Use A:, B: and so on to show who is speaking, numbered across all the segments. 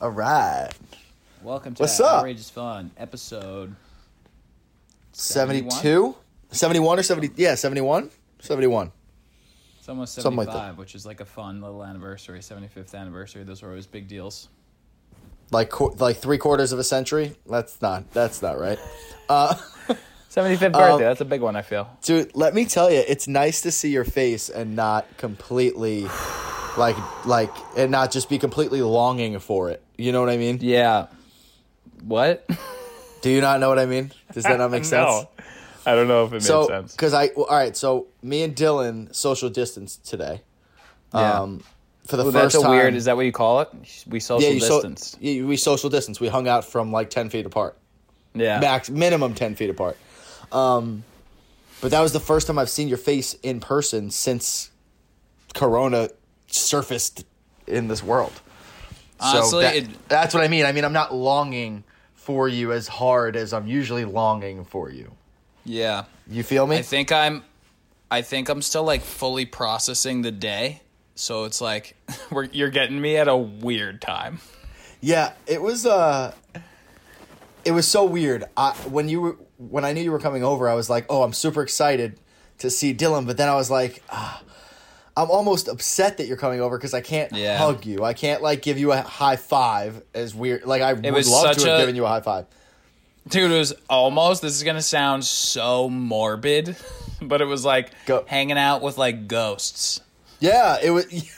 A: All right.
B: Welcome to
A: What's
B: Outrageous
A: up?
B: Fun, episode 71?
A: 72? 71 or 70? Yeah, 71? 71.
B: it's almost
A: Something like
B: 75,
A: that.
B: which is like a fun little anniversary, 75th anniversary. Those were always big deals.
A: Like qu- like 3 quarters of a century? That's not that's not right.
B: 75th
A: Um,
B: birthday, that's a big one, I feel.
A: Dude, let me tell you, it's nice to see your face and not completely like like and not just be completely longing for it. You know what I mean?
B: Yeah. What?
A: Do you not know what I mean? Does that not make sense?
B: I don't know if it made
A: So, because I well, all right, so me and Dylan social distance today.
B: Yeah.
A: Um, for the
B: Well,
A: first
B: that's a
A: time,
B: weird, is that what you call it? We social
A: yeah, you so-
B: distanced.
A: yeah, we social distance. We hung out from like ten feet apart,
B: yeah.
A: max minimum ten feet apart. Um, but that was the first time I've seen your face in person since Corona surfaced in this world.
B: Honestly,
A: that-
B: it-
A: that's what I mean. I mean, I'm not longing for you as hard as I'm usually longing for you.
B: yeah.
A: You feel me?
B: I think I'm I think I'm still like fully processing the day. So it's like we're, you're getting me at a weird time.
A: Yeah, it was uh it was so weird. I when you were when I knew you were coming over, I was like, "Oh, I'm super excited to see Dylan," but then I was like, ah, I'm almost upset that you're coming over cuz I can't
B: Yeah.
A: hug you. I can't like give you a high five as weird. Like I would
B: was
A: love
B: such
A: to have
B: a-
A: given you a high five.
B: Dude, it was almost. This is gonna sound so morbid, but it was like
A: Go-
B: hanging out with like ghosts.
A: Yeah, it was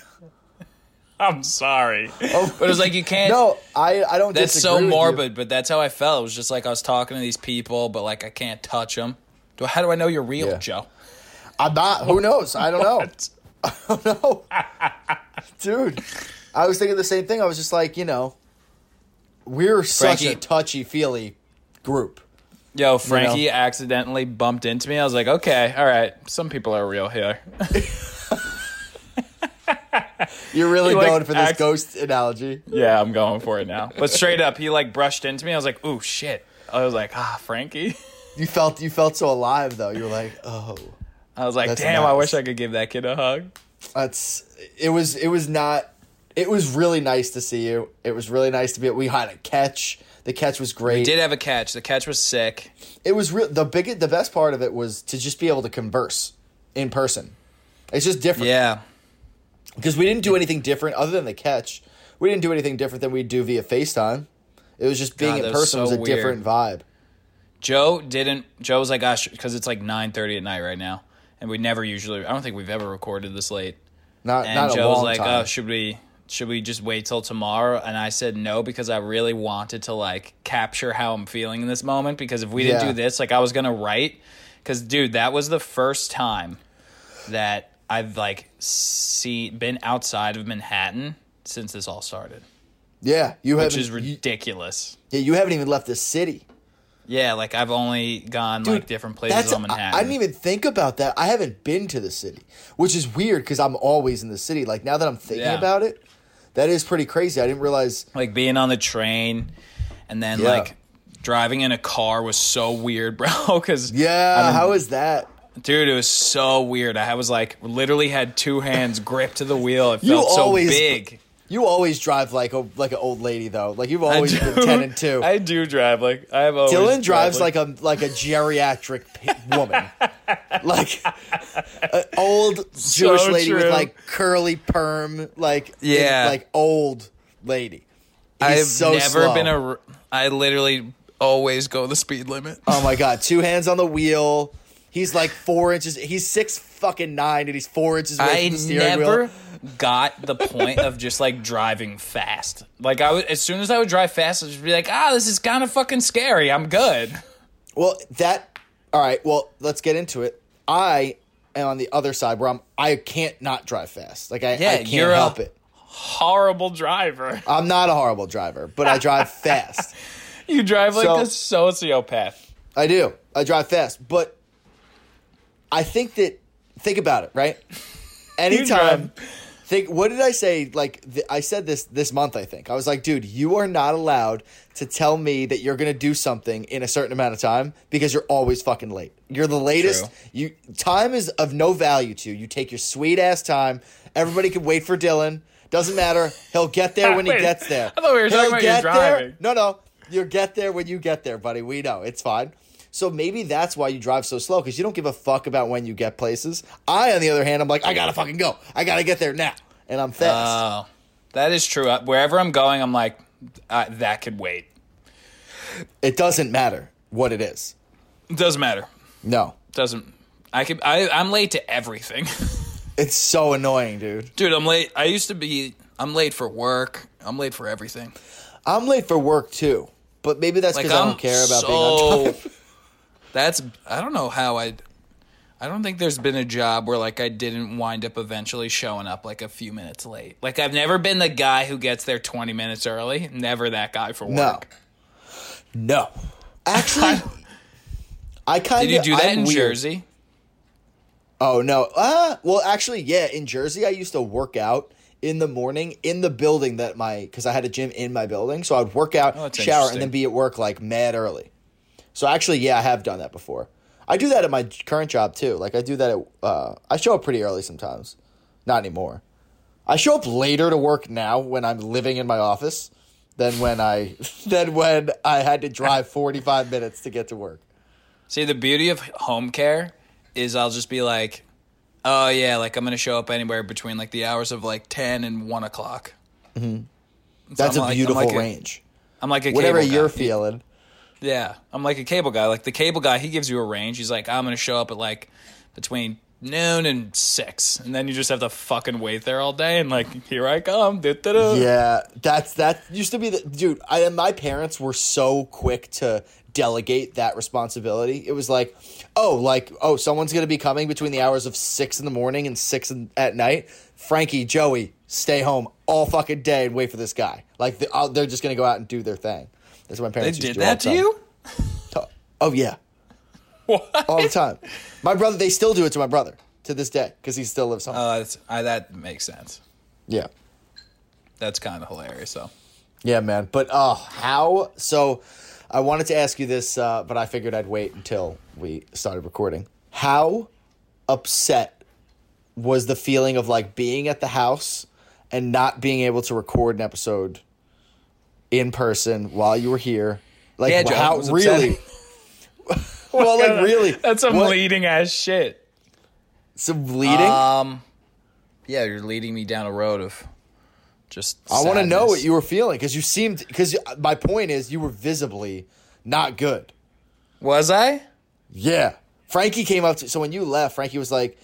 B: I'm sorry, but it was like you can't.
A: Oh. No, I I don't
B: that's
A: disagree
B: so
A: with you.
B: morbid, but that's how I felt. It was just like I was talking to these people, but like I can't touch them. Do how do I know you're real,
A: Yeah.
B: Joe?
A: I'm not. Who knows? I don't know.
B: Oh, What?
A: no. Dude, I was thinking the same thing. I was just like, you know, we're such a
B: Frankie-
A: touchy feely group.
B: Yo, Frankie accidentally bumped into me. I was like, okay, all right, some people are real here.
A: You're really
B: You, like,
A: going for this
B: act-
A: ghost analogy.
B: yeah, I'm going for it now. But straight up, he like brushed into me. I was like, ooh, shit. I was like, ah, Frankie.
A: You felt you felt so alive though. You were like, oh,
B: I was like,
A: That's
B: damn, I
A: nice.
B: wish I could give that kid a hug.
A: that's it was it was not it was really nice to see you. It was really nice to be we had a catch. The catch was great.
B: He did have a catch. The catch was sick.
A: it was real the big the best part of it was to just be able to converse in person. It's just different.
B: Yeah.
A: because we didn't do anything different other than the catch. We didn't do anything different than we do via FaceTime. It was just being
B: God,
A: in
B: that was
A: person was,
B: so
A: a
B: weird.
A: different vibe.
B: Joe didn't. Joe was like, gosh, because it's like 9.30 at night right now. And we never usually, I don't think we've ever recorded this late.
A: Not
B: And
A: not a
B: Joe was
A: long
B: like,
A: time.
B: oh, should we, should we just wait till tomorrow? And I said no, because I really wanted to like capture how I'm feeling in this moment. Because if we didn't
A: Yeah.
B: do this, like I was going to write. Because, dude, that was the first time that I've like seen, been outside of Manhattan since this all started,
A: yeah, you
B: which
A: haven't.
B: is
A: you,
B: ridiculous.
A: yeah, you haven't even left the city.
B: Yeah, like I've only gone like
A: Dude,
B: different
A: That's
B: places on
A: I,
B: Manhattan.
A: I didn't even think about that. I haven't been to the city, which is weird because I'm always in the city. Like now that I'm thinking
B: Yeah.
A: about it, that is pretty crazy. I didn't realize.
B: like being on the train and then
A: Yeah.
B: like driving in a car was so weird, bro. Cause
A: Yeah, how is that?
B: dude, it was so weird. I was like literally had two hands gripped to the wheel. It felt
A: You
B: so
A: always-
B: big.
A: You always drive like a like an old lady though. Like you've always
B: I do-
A: been ten and two.
B: I do drive like I have always
A: Dylan drives
B: like,
A: like a like a geriatric p- woman, like an old Jewish
B: So
A: lady
B: true.
A: with like curly perm, like
B: Yeah.
A: like old lady.
B: I've
A: He's so
B: never
A: slow.
B: been a. r- I literally always go the speed limit.
A: Oh my god, two hands on the wheel. He's like four inches. He's six fucking nine, and he's four inches away
B: I
A: from the steering
B: never
A: wheel.
B: got the point of just like driving fast. Like I would, as soon as I would drive fast, I'd just be like, ah, this is kind of fucking scary. I'm good.
A: Well, that. All right. Well, let's get into it. I am on the other side where I'm. I can't not drive fast. Like I,
B: Yeah,
A: I can't
B: you're a-
A: help it.
B: Horrible driver.
A: I'm not a horrible driver, but I drive fast.
B: You drive like
A: So-
B: a sociopath.
A: I do. I drive fast, but I think that think about it, right? Anytime think what did I say like th- I said this this month I think. I was like, "Dude, you are not allowed to tell me that you're going to do something in a certain amount of time because you're always fucking late. You're the latest.
B: True.
A: You time is of no value to you. You take your sweet ass time. Everybody can wait for Dylan. Doesn't matter. He'll get there when he
B: Wait,
A: gets there.
B: I thought we were
A: He'll
B: talking about you
A: get there-
B: driving.
A: No, no. You'll get there when you get there, buddy. We know. It's fine. So maybe that's why you drive so slow because you don't give a fuck about when you get places. I, on the other hand, I'm like, I gotta fucking go. I gotta get there now. And I'm fast.
B: Oh, that is true. Uh, Wherever I'm going, I'm like, uh, that could wait.
A: it doesn't matter what it is.
B: It doesn't matter.
A: No.
B: Doesn't. I could. I, I'm late to everything,
A: It's so annoying, dude.
B: dude. I'm late. I used to be. I'm late for work. I'm late for everything.
A: I'm late for work too, but maybe that's
B: Like
A: because
B: I'm
A: I don't care about
B: so,
A: being on time.
B: That's. I don't know how I. I don't think there's been a job where like I didn't wind up eventually showing up like a few minutes late. Like I've never been the guy who gets there 20 minutes early. Never that guy for work.
A: No. No. Actually, I kind of
B: Did you do that
A: I'm
B: in
A: weird.
B: Jersey?
A: Oh no. Uh, well, actually, yeah. In Jersey, I used to work out in the morning in the building that my because I had a gym in my building, so I would work out,
B: Oh, that's
A: shower,
B: interesting.
A: and then be at work like mad early. So actually, yeah, I have done that before. I do that at my current job too. Like I do that at uh, I show up pretty early sometimes. Not anymore. I show up later to work now when I'm living in my office than when I than when I had to drive 45 minutes to get to work.
B: See, the beauty of home care is I'll just be like, oh yeah, like I'm gonna show up anywhere between like the hours of like ten and one o'clock. Mm-hmm.
A: That's a beautiful
B: I'm like
A: range.
B: A, I'm like a
A: Whatever
B: cable
A: you're
B: guy.
A: feeling.
B: Yeah, I'm like a cable guy. Like the cable guy, he gives you a range. He's like, I'm gonna show up at like between noon and six, and then you just have to fucking wait there all day. And like, here I come. Du-du-du.
A: Yeah, that's that used to be the dude. I and my parents were so quick to delegate that responsibility. It was like, oh, like oh, someone's gonna be coming between the hours of six in the morning and six in, at night. Frankie, Joey, stay home all fucking day and wait for this guy. Like they, oh, they're just gonna go out and do their thing. That's what my
B: They
A: parents used to do
B: did
A: all
B: that
A: the
B: to
A: time.
B: you?
A: Oh yeah,
B: What?
A: all the time. my brother, they still do it to my brother to this day because he still lives home.
B: Uh, that's, I, that makes sense.
A: yeah.
B: That's kind of hilarious, though.
A: Yeah, man. But oh, how? So, I wanted to ask you this, uh, but I figured I'd wait until we started recording. How upset was the feeling of like being at the house and not being able to record an episode in person while you were here? Like,
B: Yeah, Joe,
A: how
B: it was
A: really? well, like really?
B: That's some
A: what-
B: leading ass shit.
A: Some bleeding.
B: Um, yeah, you're leading me down a road of just.
A: I want to know what
B: sadness.
A: you were feeling because you seemed because my point is you were visibly not good.
B: was. I
A: Yeah. Frankie came up to so when you left, Frankie was like,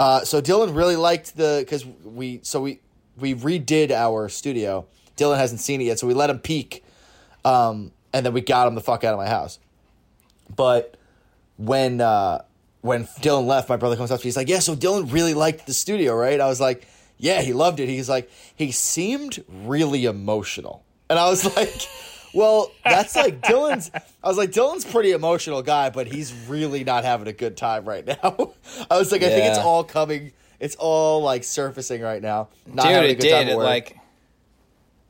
A: uh, so Dylan really liked the because we so we we redid our studio. Dylan hasn't seen it yet, so we let him peek, um, and then we got him the fuck out of my house. But when uh, when Dylan left, my brother comes up to me. He's like, "Yeah, so Dylan really liked the studio, right?" I was like, "Yeah, he loved it." He's like, "He seemed really emotional," and I was like, "Well, that's like Dylan's." I was like, "Dylan's pretty emotional guy, but he's really not having a good time right now." I was like, "I think it's
B: Yeah.
A: all coming. It's all like surfacing right now." Not
B: dude,
A: having a
B: it
A: good time
B: did.
A: at
B: It
A: work.
B: like,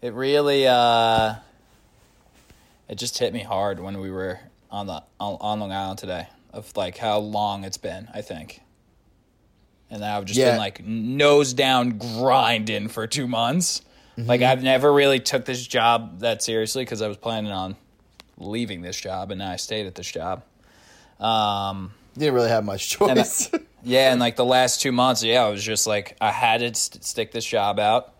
B: it really. uh It just hit me hard when we were on the on, on Long Island today of like how long it's been. I think. And then I've just
A: Yeah.
B: been like nose down grinding for two months.
A: Mm-hmm.
B: Like I've never really took this job that seriously because I was planning on leaving this job, and now I stayed at this job. Um,
A: didn't really have much
B: and I-
A: choice.
B: yeah, and like the last two months, yeah, I was just like, I had to st- stick this job out,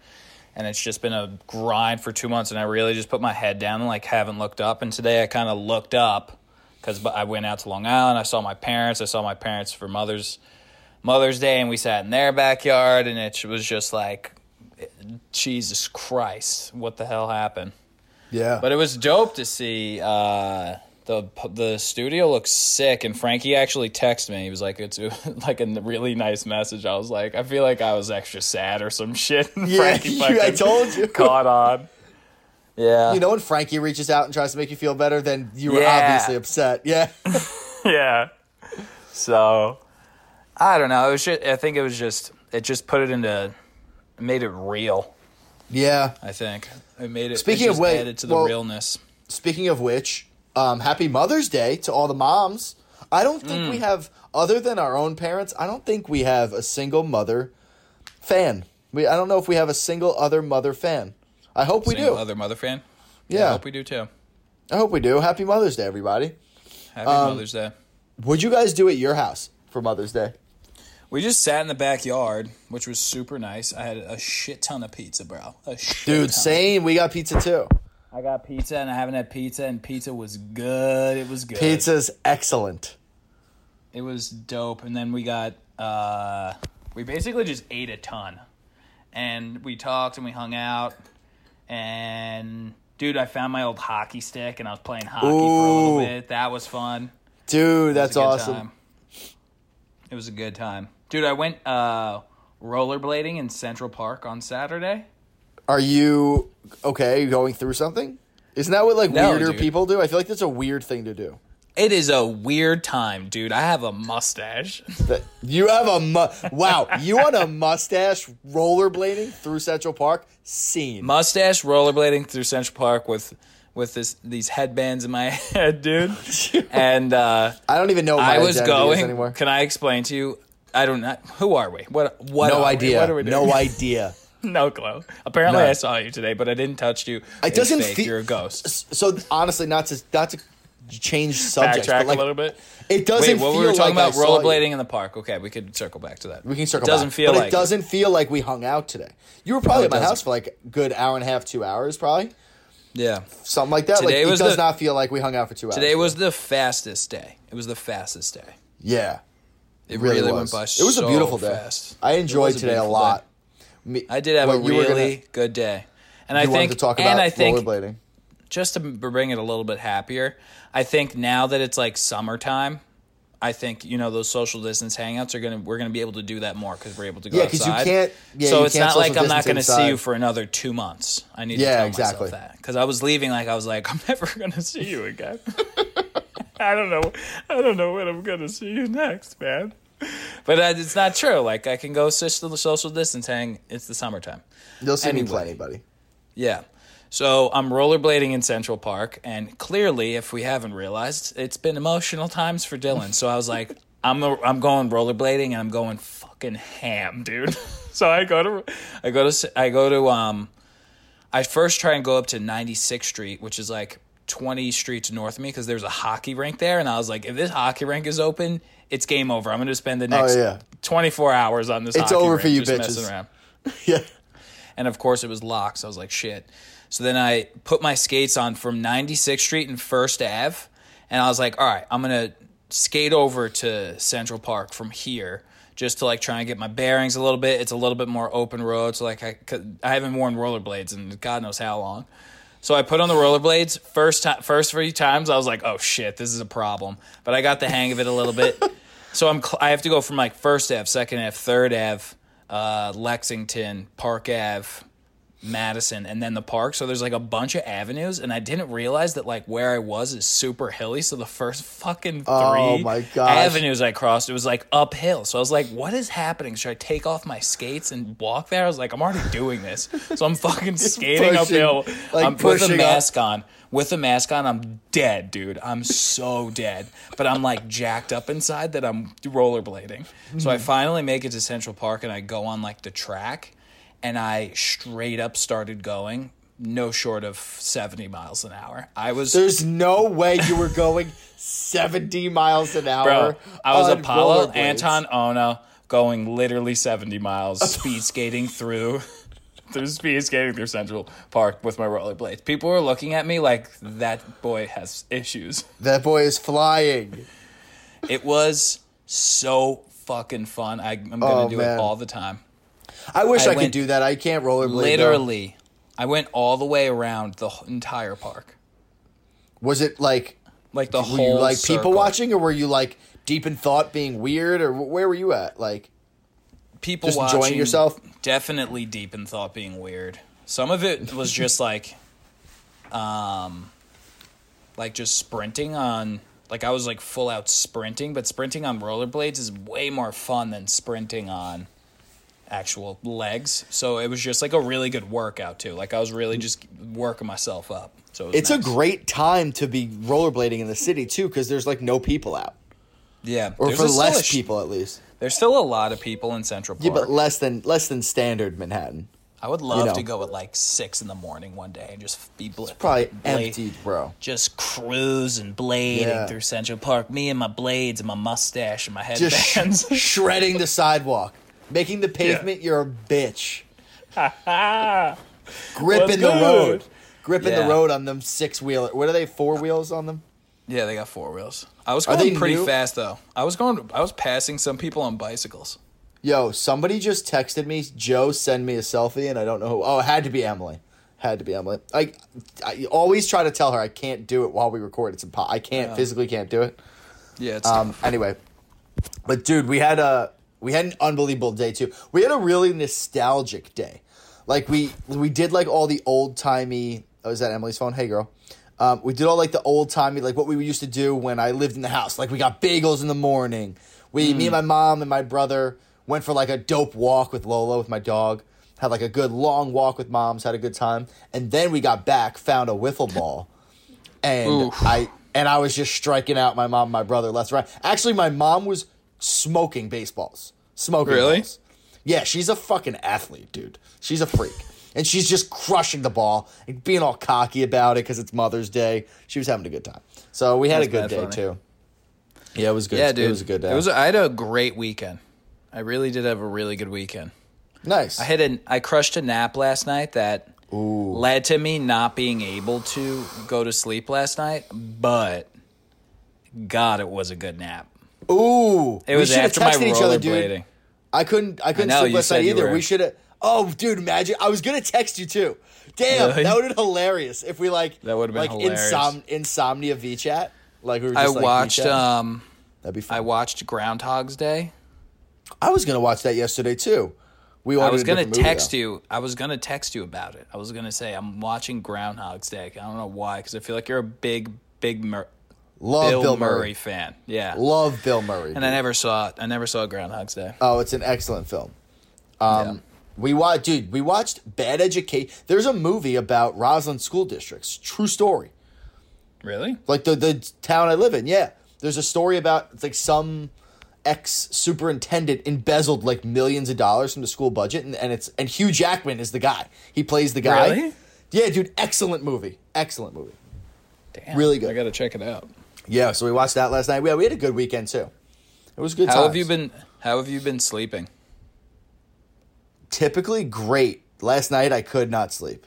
B: and it's just been a grind for two months, and I really just put my head down and like haven't looked up. And today I kind of looked up because I went out to Long Island, I saw my parents, I saw my parents for Mother's Mother's Day, and we sat in their backyard, and it was just like, Jesus Christ, what the hell happened?
A: yeah,
B: But it was dope to see. Uh, the The studio looks sick, and Frankie actually texted me. He was like, "It's like a really nice message." I was like, "I feel like I was extra sad or some shit." And
A: Yeah, you- I
B: fucking
A: told you.
B: caught on. Yeah,
A: you know when Frankie reaches out and tries to make you feel better, then you were
B: Yeah.
A: obviously upset. Yeah.
B: yeah. So I don't know. It was. Just, I think it was just. It just put it into. it Made it real.
A: Yeah.
B: I think it made it.
A: Speaking
B: it
A: of
B: just
A: wait,
B: added to the
A: well-
B: realness.
A: Speaking of which, um, happy Mother's Day to all the moms. I don't think
B: Mm.
A: we have, other than our own parents, I don't think we have a single mother fan. We I don't know if we have a single other mother fan. I hope we
B: Single
A: do.
B: Other mother fan.
A: Yeah.
B: I hope we do too.
A: I hope we do. Happy Mother's Day, everybody.
B: Happy
A: Um,
B: Mother's Day.
A: What'd you guys do at your house for Mother's Day?
B: We just sat in the backyard, which was super nice. I had a shit ton of pizza, bro. A shit ton.
A: Dude, same. We got pizza too.
B: I got pizza and I haven't had pizza, and pizza was good. It was good.
A: Pizza's excellent.
B: It was dope. And then we got, uh, we basically just ate a ton. And we talked and we hung out. And dude, I found my old hockey stick and I was playing hockey for a little
A: Ooh.
B: bit. That was fun.
A: Dude, that's
B: It was a good
A: awesome.
B: time. It was a good time. Dude, I went uh, rollerblading in Central Park on Saturday.
A: Are you okay going through something? Isn't that what like
B: No,
A: weirder
B: dude.
A: people do? I feel like that's a weird thing to do.
B: It is a weird time, dude. I have a mustache.
A: That you have a mu- wow, you on a mustache rollerblading through Central Park? Scene.
B: mustache rollerblading through Central Park with with this these headbands in my head, dude. and uh,
A: I don't even know what my
B: I was
A: identity is
B: going.
A: anymore.
B: Can I explain to you? I don't know. Who are we? What? What? are
A: No
B: we?
A: idea.
B: What are we doing?
A: No idea.
B: no clue. Apparently,
A: None.
B: I saw you today, but I didn't touch you. It's
A: doesn't
B: fake.
A: fe-
B: You're a ghost.
A: So honestly, not to not to change subjects,
B: Backtrack
A: but like
B: a little bit.
A: it doesn't
B: Wait, what
A: feel
B: we were
A: like
B: talking about?
A: I saw you.
B: Rollerblading in the park. Okay, we could circle back to that.
A: We can circle.
B: It doesn't
A: back.
B: feel
A: but
B: like
A: it doesn't feel like we hung out today. You were probably
B: No,
A: at my
B: it
A: house
B: doesn't.
A: for like a good hour and a half, two hours, probably
B: Yeah.
A: something like that.
B: Today
A: like
B: was
A: it does
B: the-
A: not feel like we hung out for two hours.
B: Today was the fastest day. It was the fastest day.
A: yeah,
B: It
A: it
B: really,
A: really, was.
B: went by.
A: it was a
B: so
A: beautiful day.
B: fast.
A: I
B: It was
A: enjoyed
B: a
A: today a
B: beautiful
A: lot.
B: day.
A: Me-
B: I did have
A: what
B: a
A: you were gonna-
B: really good day, and I
A: you wanted
B: think,
A: to talk about
B: and I think,
A: rollerblading.
B: just to bring it a little bit happier, I think now that it's like summertime, I think you know those social distance hangouts are gonna we're gonna be able to do that more because we're able to go
A: Yeah, 'cause you
B: outside.
A: can't- yeah,
B: so
A: you
B: it's
A: can't
B: not like
A: social
B: I'm not gonna
A: distance
B: see you
A: inside.
B: for another two months. I need
A: Yeah,
B: to tell
A: exactly.
B: myself that because I was leaving like I was like I'm never gonna see you again. I don't know. I don't know when I'm gonna see you next, man. But uh, it's not true. Like I can go social social distance hang. It's the summertime.
A: You'll see me
B: Anyway.
A: play anybody.
B: Yeah. So I'm rollerblading in Central Park, and clearly, if we haven't realized, it's been emotional times for Dylan. So I was like, I'm a, I'm going rollerblading, and I'm going fucking ham, dude. so I go to I go to s- I go to um, I first try and go up to 96th Street, which is like 20 streets north of me, because there's a hockey rink there, and I was like, if this hockey rink is open, it's game over. I'm gonna spend the next
A: Oh, yeah.
B: 24 hours on this.
A: It's
B: hockey
A: over
B: rink
A: for you
B: just messing
A: bitches.
B: around.
A: yeah,
B: And of course, it was locked. So I was like, shit. So then I put my skates on from 96th Street and First Ave. And I was like, all right, I'm going to skate over to Central Park from here just to like try and get my bearings a little bit. It's a little bit more open road. So like I, could- I haven't worn rollerblades in God knows how long. So I put on the rollerblades first time, first three times. I was like, "Oh shit, this is a problem." But I got the hang of it a little bit. so I'm cl- I have to go from like first Ave, second Ave, third Ave, uh, Lexington, Park Ave, Madison, and then the park. So there's like a bunch of avenues, and I didn't realize that like where I was is super hilly. So the first fucking three
A: Oh my gosh.
B: avenues I crossed, it was like uphill. So I was like, "What is happening? Should I take off my skates and walk there?" I was like, "I'm already doing this, so I'm fucking skating
A: pushing,
B: uphill.
A: like,
B: I'm with
A: pushing
B: a
A: up.
B: mask on. With a mask on, I'm dead, dude. I'm so dead. But I'm like jacked up inside that I'm rollerblading. So
A: Hmm.
B: I finally make it to Central Park and I go on like the track and I straight up started going no short of 70 miles an hour. I was
A: there's no way you were going seventy miles an hour.
B: Bro, I was
A: on
B: Apollo
A: rollerblades.
B: Anton Ono going literally 70 miles, speed skating through, through speed skating through Central Park with my rollerblades. People were looking at me like that boy has issues.
A: That boy is flying.
B: It was so fucking fun. I, I'm gonna
A: Oh,
B: do
A: man.
B: it all the time.
A: I wish
B: I
A: I, could
B: went-
A: do that. I can't rollerblade. Literally.
B: Literally, I went all the way around the wh- entire park,
A: Was it like
B: like the
A: were you
B: whole.
A: like
B: circle.
A: people watching or were you like deep in thought being weird or wh- where were you at? Like
B: people
A: Just
B: watching,
A: enjoying yourself?
B: Definitely deep in thought, being weird. Some of it was just like, um, like just sprinting on. Like I was like full out sprinting, but sprinting on rollerblades is way more fun than sprinting on actual legs. So it was just like a really good workout too. Like I was really just working myself up. So it was
A: it's a
B: nice.
A: great time to be rollerblading in the city too cuz there's like no people out
B: yeah.
A: or
B: There's
A: for
B: a- still a
A: less
B: sh-
A: people at least.
B: There's still a lot of people in Central Park.
A: Yeah, but less than less than standard Manhattan.
B: I would love
A: know.
B: to go at like six in the morning one day and just be bl-
A: Probably
B: bla-
A: emptied, bro.
B: Just cruising, blading
A: Yeah.
B: through Central Park. Me and my blades and my mustache and my
A: Just sh-
B: headbands.
A: shredding the sidewalk, making the pavement your bitch.
B: What's
A: Gripping the
B: good?
A: road, gripping
B: Yeah.
A: the road on them six wheeler. What are they? Four wheels on them?
B: yeah, they got four wheels. I was
A: Are
B: going
A: they
B: pretty
A: new?
B: fast though. I was going. I was passing some people on bicycles.
A: Yo, somebody just texted me. Joe, send me a selfie, and I don't know who. Oh, it had to be Emily. Had to be Emily. I, I always try to tell her I can't do it while we record. It's impo- I can't physically can't do it.
B: Yeah, it's
A: Um. Anyway, but dude, we had a we had an unbelievable day too. We had a really nostalgic day. Like we we did like all the old timey. Oh, is that Emily's phone? Hey, girl. Um, we did all like the old timey, like what we used to do when I lived in the house. Like we got bagels in the morning. We, me and my mom and my brother went for like a dope walk with Lola with my dog. Had like a good long walk with moms. Had a good time, and then we got back, found a wiffle ball and
B: Oof.
A: I and I was just striking out my mom, and my brother, left and right. Actually, my mom was smoking baseballs, smoking.
B: Really?
A: balls. Yeah, she's a fucking athlete, dude. She's a freak, and she's just crushing the ball and being all cocky about it because it's Mother's Day. She was having a good time, so we had a good
B: mad
A: day
B: funny.
A: too. Yeah, it was good.
B: yeah, dude.
A: It was a good day.
B: It was. I had a great weekend. I really did have a really good weekend.
A: nice.
B: I had an I crushed a nap last night that led to me not being able to go to sleep last night, but God, it was a good nap.
A: Ooh,
B: It was
A: we should have
B: after my
A: texted each other, dude.
B: rollerblading.
A: I couldn't. I couldn't
B: know,
A: sleep
B: you
A: last night
B: said you
A: either.
B: were-
A: We should have. Oh, dude, imagine. I was gonna text you too. Damn,
B: Really?
A: that would have been hilarious if we like
B: That would've been
A: like
B: hilarious.
A: insom- insomnia V chat. Like we were
B: I
A: just, like,
B: watched
A: VChat.
B: um
A: That'd be fun.
B: I watched Groundhog's Day.
A: I, was gonna watch that yesterday too. We
B: I was gonna text you. I was gonna text you about it. I was gonna say I'm watching Groundhog's Day. I don't know why, because I feel like you're a big, big Mur-
A: Love
B: Bill,
A: Bill,
B: Murray.
A: Murray.
B: fan. Yeah,
A: Love Bill Murray.
B: and I never saw it. I never saw Groundhog's Day.
A: Oh, it's an excellent film. Um, We watched, dude. We watched Bad Education. There's a movie about Roslyn school districts. True story.
B: Really?
A: like the the town I live in. Yeah, there's a story about it's like some ex superintendent embezzled like millions of dollars from the school budget, and, and it's and Hugh Jackman is the guy. He plays the guy.
B: Really?
A: Yeah, dude, excellent movie. Excellent movie.
B: Damn,
A: Really good.
B: I gotta check it out.
A: Yeah, so we watched that last night. Yeah, we had a good weekend too. It was good.
B: How have
A: times.
B: you been? How have you been sleeping?
A: Typically great. Last night I could not sleep.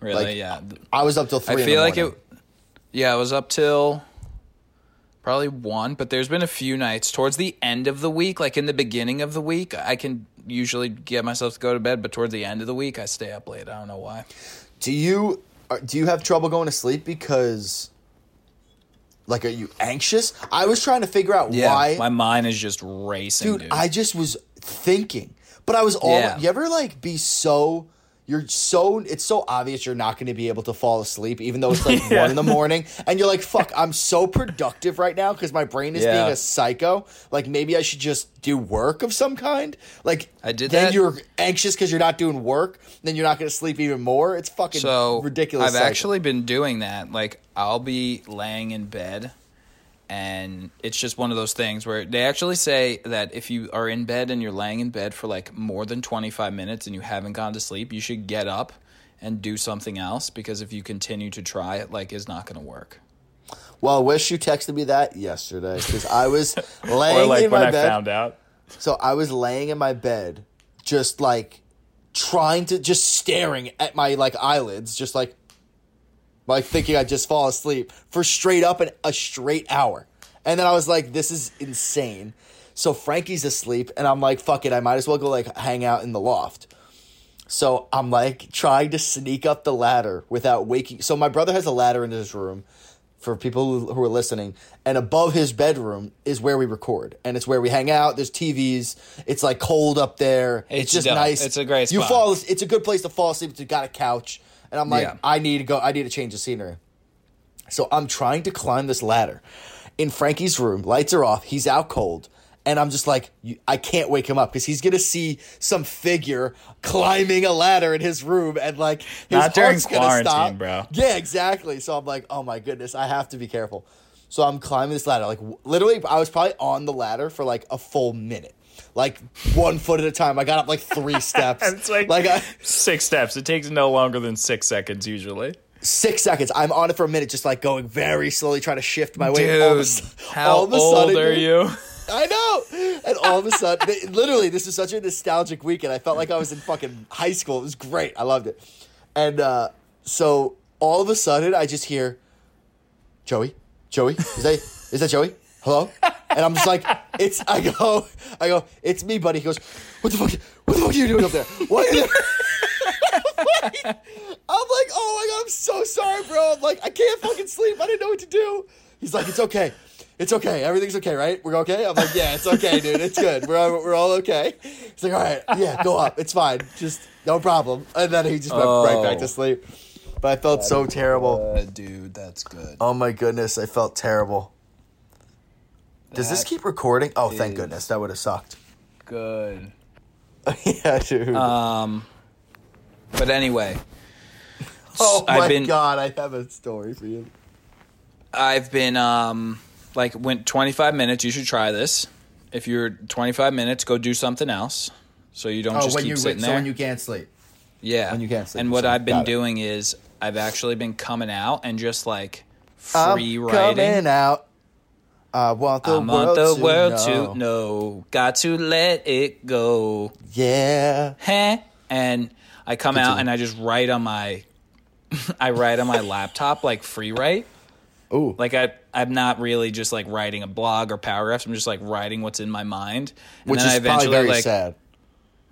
B: Really?
A: Like,
B: yeah.
A: I was up till three.
B: I
A: in the
B: feel like it.
A: morning.
B: Yeah, I was up till probably one, but there's been a few nights towards the end of the week, like in the beginning of the week, I can usually get myself to go to bed, but towards the end of the week, I stay up late. I don't know why.
A: Do you are- do you have trouble going to sleep because? Like, are you anxious? I was trying to figure out
B: Yeah,
A: why
B: my mind is just racing, dude.
A: dude, I just was thinking, but I was all.
B: Yeah.
A: You ever like be so? You're so. It's so obvious you're not going to be able to fall asleep, even though it's like
B: Yeah.
A: one in the morning, and you're like, "Fuck, I'm so productive right now because my brain is
B: Yeah.
A: being a psycho. Like maybe I should just do work of some kind. Like
B: I did
A: Then
B: that-
A: you're anxious because you're not doing work. Then you're not going to sleep even more. It's fucking
B: so
A: ridiculous.
B: I've
A: cycle.
B: actually been doing that. Like I'll be laying in bed and it's just one of those things where they actually say that if you are in bed and you're laying in bed for like more than 25 minutes and you haven't gone to sleep, you should get up and do something else because if you continue to try it like is not going to work.
A: Well, I wish you texted me that yesterday because I was laying in my bed.
B: out.
A: So I was laying in my bed, just like trying to, just staring at my like eyelids, just like, like thinking I'd just fall asleep for straight up an, a straight hour. And then I was like, this is insane. So Frankie's asleep, and I'm like, fuck it, I might as well go like hang out in the loft. So I'm like trying to sneak up the ladder without waking. So my brother has a ladder in his room for people who- who are listening, and above his bedroom is where we record, and it's where we hang out. There's TVs. It's like cold up there. It's,
B: It's
A: just
B: dope.
A: nice.
B: It's a great
A: You
B: spot.
A: fall. "Oh, It's a good place to fall asleep. It's got a couch, and I'm like,
B: Yeah.
A: I need to go. I need to change the scenery. So I'm trying to climb this ladder in Frankie's room. Lights are off. He's out cold. And I'm just like, you- I can't wake him up because he's going to see some figure climbing a ladder in his room and like his
B: Not during
A: heart's going to
B: quarantine,
A: stop.
B: bro.
A: Yeah, exactly. So I'm like, oh my goodness, I have to be careful. So I'm climbing this ladder. Like w- literally, I was probably on the ladder for like a full minute. like one foot at a time. I got up like three steps.
B: It's like-
A: like uh, I,
B: Six steps. It takes no longer than six seconds usually.
A: six seconds. I'm on it for a minute, just like going very slowly, trying to shift my weight. all of a su-
B: how
A: all of a
B: old
A: sudden,
B: are
A: dude,
B: you?
A: I know. And all of a sudden, they- literally, this was such a nostalgic weekend. I felt like I was in fucking high school. It was great. I loved it. And uh, so all of a sudden, I just hear Joey, Joey, is that is that Joey? Hello? And I'm just like, it's. I go, I go, it's me, buddy. He goes, what the fuck? What the fuck are you doing up there? Why are you there? I'm like, oh my god, I'm so sorry, bro. I'm like, I can't fucking sleep. I didn't know what to do. He's like, it's okay. It's okay. Everything's okay, right? We're okay? I'm like, yeah, it's okay, dude. It's good. We're all, we're all okay. He's like, all right, yeah, go up. It's fine. Just no problem. And then he just went right back
B: Oh.
A: to sleep. But I felt so terrible.
B: Uh, dude, that's good.
A: Oh my goodness, I felt terrible. Does this
B: That
A: keep recording? Oh, thank
B: is-
A: goodness. That would have sucked.
B: Good.
A: yeah, dude.
B: Um, but anyway,
A: oh
B: I've
A: my
B: been-
A: god, I have a story for you.
B: I've been um like went 25 minutes. You should try this. If you're 25 minutes, go do something else. So Oh, you
A: Oh,
B: don't just keep sitting there.
A: can't sleep.
B: yeah.
A: when you can't sleep,
B: and what
A: so-
B: I've been
A: got it.
B: doing is I've actually been coming out and just like
A: I'm
B: free writing.
A: coming out. I want the
B: I
A: world,
B: want the
A: to,
B: world
A: know.
B: to know. Got to let it go.
A: Yeah.
B: Heh. And I come out and I just write on my I write on my laptop like free write.
A: Ooh.
B: Like I I'm not really just like writing a blog or paragraphs. I'm just like writing what's in my mind. And
A: Which
B: then I
A: is probably
B: eventually
A: very
B: like
A: sad.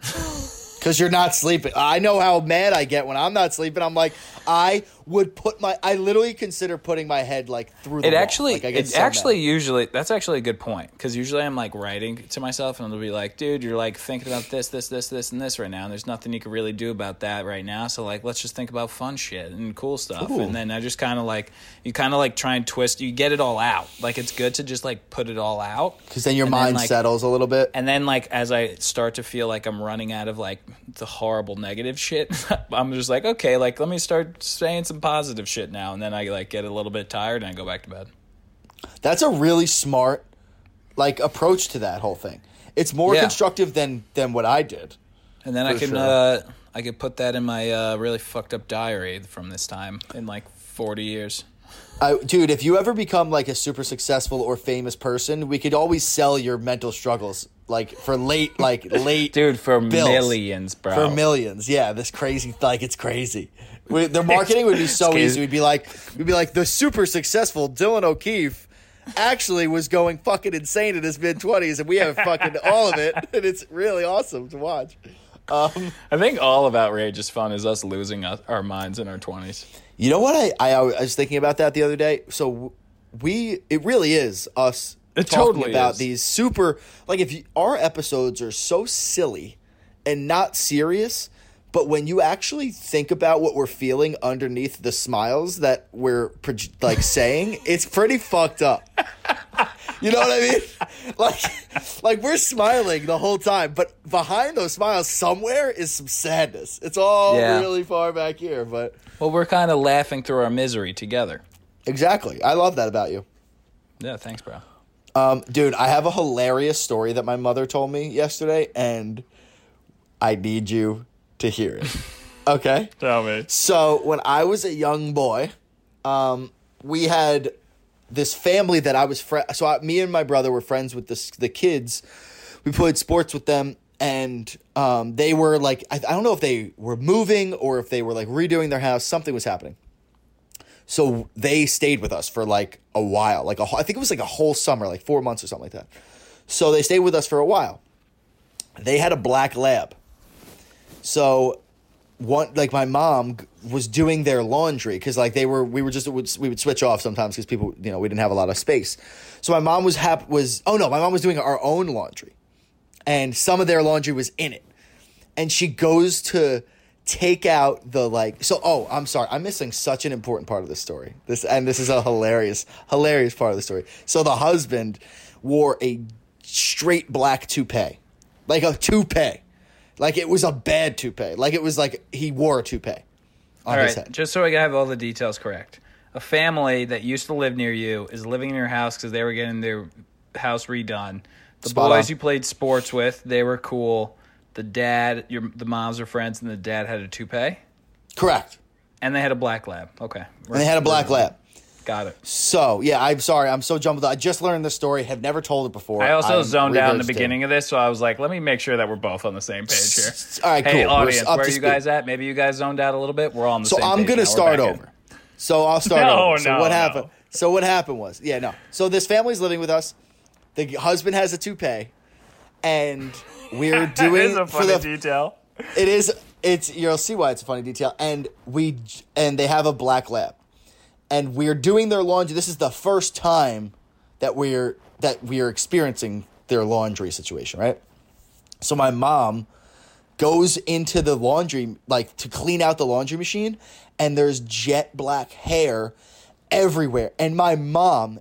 A: Cause you're not sleeping. I know how mad I get when I'm not sleeping. I'm like, I would put my, I literally consider putting my head like through. the
B: it
A: wall.
B: actually
A: Like, I get
B: it
A: so mad.
B: actually usually that's actually a good point because usually i'm like writing to myself and it'll be like dude you're like thinking about this this this this and this right now and there's nothing you can really do about that right now so like let's just think about fun shit and cool stuff
A: Ooh.
B: and then i just kind of like you kind of like try and twist you get it all out like it's good to just like put it all out
A: Because then your
B: And then,
A: mind
B: like-
A: settles a little bit.
B: and then like as i start to feel like i'm running out of like the horrible negative shit i'm just like okay like let me start saying some positive shit now and then i like get a little bit tired and i go back to bed
A: That's a really smart like approach to that whole thing. It's more
B: Yeah.
A: constructive than than what I did.
B: And then I
A: For
B: can
A: sure.
B: uh, I could put that in my uh, really fucked up diary from this time in like forty years.
A: I, dude, if you ever become like a super successful or famous person, we could always sell your mental struggles like for late like late
B: Dude, for
A: Bills.
B: millions, bro.
A: for millions. Yeah, this crazy like it's crazy. We, their marketing would be so
B: Excuse-
A: easy. We'd be like we'd be like the super successful Dylan O'Keefe actually was going fucking insane in his mid 20s and we have fucking all of it and it's really awesome to watch.
B: I think all of outrageous fun is us losing us, our minds in our twenties.
A: You know what? I, I I was thinking about that the other day. So w- we it really is us
B: It
A: talking
B: totally
A: about
B: is.
A: these super like if you, our episodes are so silly and not serious, but when you actually think about what we're feeling underneath the smiles that we're proj- like saying, it's pretty fucked up. You know what I mean? Like, like we're smiling the whole time, but behind those smiles, somewhere is some sadness. It's all
B: Yeah.
A: really far back here, but
B: Well, we're kind of laughing through our misery together.
A: Exactly. I love that about you.
B: Yeah, thanks, bro.
A: Um, dude, I have a hilarious story that my mother told me yesterday, and I need you to hear it. Okay?
B: Tell me.
A: So when I was a young boy, um, we had this family that I was fri So I, me and my brother were friends with this, the kids. We played sports with them, and um, they were like, I, I don't know if they were moving or if they were like redoing their house. Something was happening. So they stayed with us for like a while, like a wh- I think it was like a whole summer, like four months or something like that. So they stayed with us for a while. They had a black lab. So one like my mom g- was doing their laundry because like they were we were just would, we would switch off sometimes because people you know we didn't have a lot of space so my mom was hap- was oh no my mom was doing our own laundry and some of their laundry was in it and she goes to take out the like so oh i'm sorry i'm missing such an important part of the story this and this is a hilarious hilarious part of the story so the husband wore a straight black toupee like a toupee like it was a bad toupee like it was like he wore a toupee on
B: All
A: his
B: right,
A: head
B: just so I have all the details correct. A family that used to live near you is living in your house because they were getting their house redone. The
A: Spot
B: boys
A: on.
B: you played sports with, they were cool. The dad, your the moms are friends, and the dad had a toupee,
A: Correct.
B: and they had a black lab. Okay,
A: And they had a black lab.
B: Got it.
A: So yeah, I'm sorry, I'm so jumbled. up. I just learned this story. Have never told it before.
B: I also
A: I'm
B: zoned out in the
A: regurgitating.
B: beginning of this, so I was like, let me make sure that we're both on the same page here.
A: All right,
B: Hey,
A: cool. We're
B: audience,
A: up
B: where are
A: to
B: you
A: speed.
B: guys at? Maybe you guys zoned out a little bit. We're all on the
A: So
B: same
A: I'm
B: page
A: gonna
B: now. We're
A: start
B: back in.
A: over. So I'll start
B: No,
A: over. So
B: no,
A: what
B: no.
A: happened? So what happened was, yeah, no. So this family's living with us. The husband has a toupee, and we're doing
B: That is a
A: for
B: funny
A: the
B: detail.
A: it is it's you'll see why it's a funny detail and we j- and they have a black lab and we're doing their laundry this is the first time that we're that we're experiencing their laundry situation right so my mom goes into the laundry like to clean out the laundry machine and there's jet black hair everywhere and my mom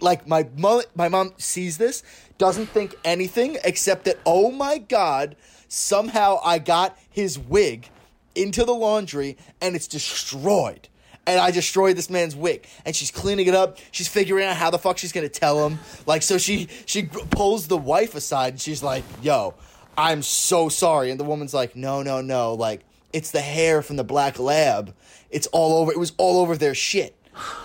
A: like my mom my mom sees this doesn't think anything except that oh my god somehow i got his wig into the laundry and it's destroyed and i destroyed this man's wig and she's cleaning it up she's figuring out how the fuck she's gonna tell him like so she she pulls the wife aside and she's like yo i'm so sorry and the woman's like no no no like it's the hair from the black lab it's all over it was all over their shit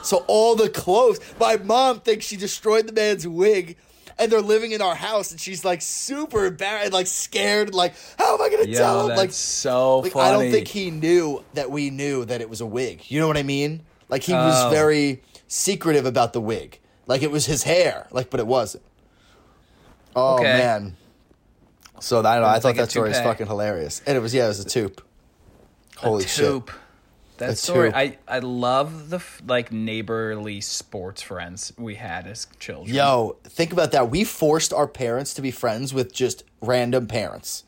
A: so all the clothes. My mom thinks she destroyed the man's wig, and they're living in our house, and she's like super embarrassed, like scared, like how am I gonna tell
B: Yo,
A: him?
B: that's
A: like
B: so
A: like,
B: funny.
A: I don't think he knew that we knew that it was a wig. You know what I mean? Like he was
B: Oh.
A: very secretive about the wig. Like it was his hair. Like, but it wasn't. Oh
B: Okay.
A: man. So I don't know. I
B: It's
A: thought
B: like a
A: that story was
B: toupee.
A: fucking hilarious, and it was yeah, it was a toop. Holy shit!
B: Toop. That
A: A
B: story,
A: toop.
B: I, I love the f- like neighborly sports friends we had as children.
A: Yo, think about that. We forced our parents to be friends with just random parents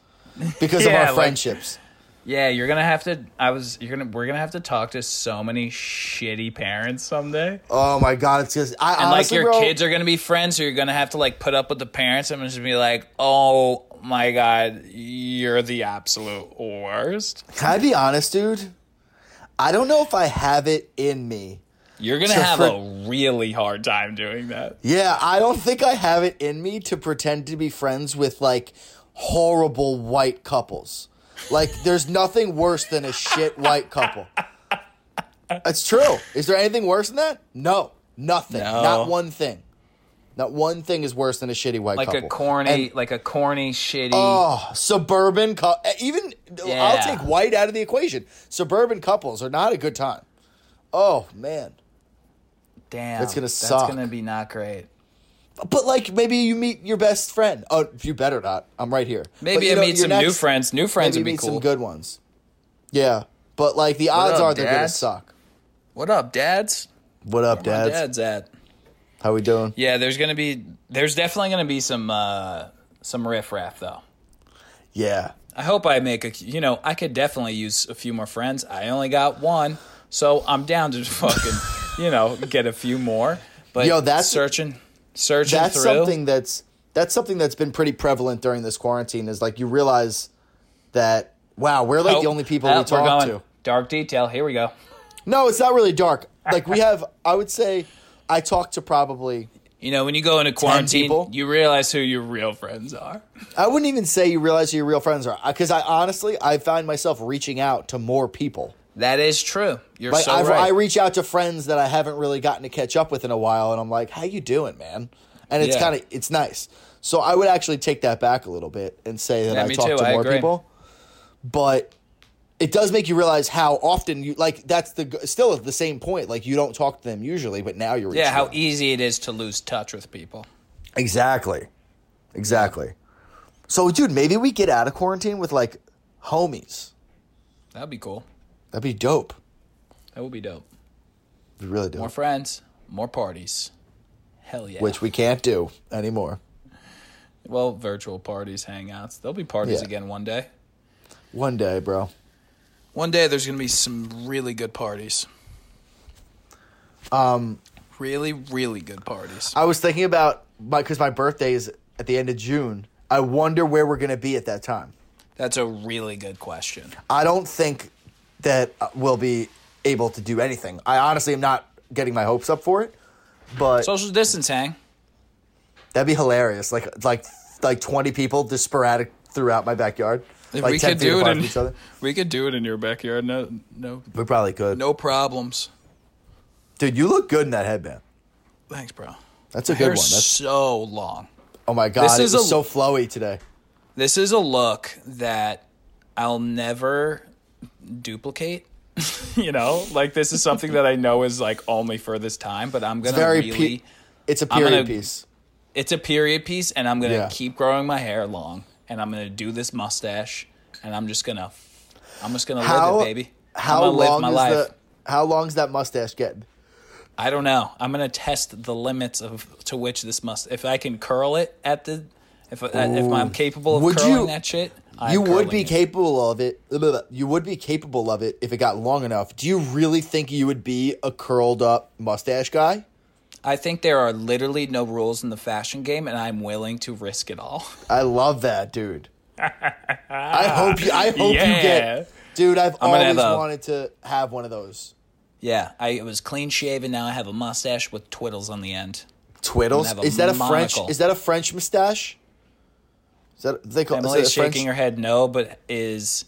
A: because
B: Yeah,
A: of our
B: like-
A: friendships.
B: Yeah, you're gonna have to. I was. You're gonna. We're gonna have to talk to so many shitty parents someday.
A: oh my god, it's just I
B: and
A: honestly,
B: like your
A: bro,
B: kids are gonna be friends, so you're gonna have to like put up with the parents and just be like, "Oh my god, you're the absolute worst."
A: Can I be honest, dude? I don't know if I have it in me.
B: You're gonna
A: So
B: have
A: for-
B: a really hard time doing that.
A: Yeah, I don't think I have it in me to pretend to be friends with like horrible white couples. Like, there's nothing worse than a shit white couple. That's true. Is there anything worse than that? No, nothing.
B: No.
A: Not one thing. Not one thing is worse than a shitty white
B: Like
A: couple.
B: a corny,
A: And,
B: like a corny, shitty.
A: oh, suburban. cou- eh, even I'll
B: Yeah.
A: take white out of the equation. Suburban couples are not a good time. Oh man.
B: damn,
A: that's gonna
B: That's
A: suck.
B: gonna be not great.
A: But like maybe you meet your best friend. Oh, you better not. I'm right here. But,
B: Maybe
A: you
B: I
A: know,
B: meet
A: your
B: some new
A: next-
B: friends. New friends
A: Maybe you
B: would be
A: meet
B: cool.
A: some good ones. Yeah, but like the odds
B: up,
A: are they're gonna
B: Dad?
A: suck.
B: what up, dads?
A: What up,
B: Where my
A: dads?
B: dad's at.
A: How we doing?
B: Yeah, there's gonna be. There's definitely gonna be some uh some riffraff though.
A: Yeah,
B: I hope I make a. You know, I could definitely use a few more friends. I only got one, so I'm down to fucking, you know, get a few more. But
A: Yo, that's-
B: searching, searching
A: that's
B: through.
A: something that's that's something that's been pretty prevalent during this quarantine. Is like you realize that wow, we're like
B: Oh,
A: the only people
B: oh,
A: we talk to.
B: Dark detail. Here we go.
A: No, it's not really dark. Like we have, I would say, I talk to probably
B: You know, when you go into quarantine,
A: people?
B: you realize who your real friends are.
A: I wouldn't even say you realize who your real friends are because I honestly I find myself reaching out to more people.
B: That is true. You're
A: Like
B: so
A: I've,
B: right.
A: I reach out to friends that I haven't really gotten to catch up with in a while, and I'm like, "How you doing, man?" And it's
B: Yeah.
A: kind of it's nice. So I would actually take that back a little bit and say that
B: Yeah,
A: I
B: me
A: talk
B: too.
A: to
B: I
A: more
B: agree.
A: people, but it does make you realize how often you like. That's the g- still at the same point. Like you don't talk to them usually, but now you're
B: yeah,
A: reaching
B: how e-,
A: out.
B: easy it is to lose touch with people.
A: exactly, exactly. So, dude, maybe we get out of quarantine with like homies.
B: That'd be cool.
A: That'd be dope.
B: That would be dope.
A: We really do.
B: More friends, more parties. Hell yeah.
A: Which we can't do anymore.
B: well, virtual parties, hangouts. There'll be parties
A: Yeah.
B: again one day.
A: One day, bro.
B: One day there's going to be some really good parties. Um really really good parties.
A: I was thinking about my because my birthday is at the end of June. I wonder where we're gonna be at that time.
B: That's a really good question.
A: I don't think that uh, we'll be able to do anything. I honestly am not getting my hopes up for it, but
B: Social distance hang.
A: that'd be hilarious. Like like like twenty people just sporadic throughout my backyard.
B: If
A: like
B: we
A: 10
B: could
A: feet
B: do it
A: apart
B: in
A: from each other.
B: we could do it in your backyard. No, no,
A: We probably could.
B: no problems.
A: Dude, you look good in that headband.
B: Thanks, bro.
A: That's a good
B: Hair's
A: one. That's,
B: so long.
A: oh my god,
B: this
A: it
B: is
A: was
B: a-
A: so flowy today.
B: This is a look that I'll never duplicate. you know, like this is something that I know is like only for this time, but I'm gonna
A: Very, pe-
B: really.
A: it's a
B: I'm gonna-
A: period piece.
B: it's a period piece, and I'm gonna
A: Yeah.
B: keep growing my hair long, and I'm gonna do this mustache, and I'm just gonna, I'm just gonna
A: How
B: live it, baby. I'm
A: How
B: gonna live
A: long
B: my
A: is
B: life.
A: the? How long's that mustache getting?
B: I don't know. I'm gonna test the limits of to which this must. If I can curl it at the, if if I'm capable of
A: Would
B: curling
A: you-
B: that shit, I'm
A: you would
B: curling
A: be
B: it.
A: capable of it. blah, blah, blah. You would be capable of it if it got long enough. Do you really think you would be a curled up mustache guy?
B: I think there are literally no rules in the fashion game, and I'm willing to risk it all.
A: I love that, dude. I hope you. I hope you
B: Yeah.
A: get, dude. I've
B: gonna
A: always
B: have a-
A: wanted to have one of those
B: yeah, I was clean shaven. Now I have a mustache with twiddles on the end.
A: twiddles.
B: have a
A: Is that a
B: monocle.
A: French? Is that a French mustache? Is that they call
B: Emily's
A: is that a
B: shaking her
A: French?
B: head no, but is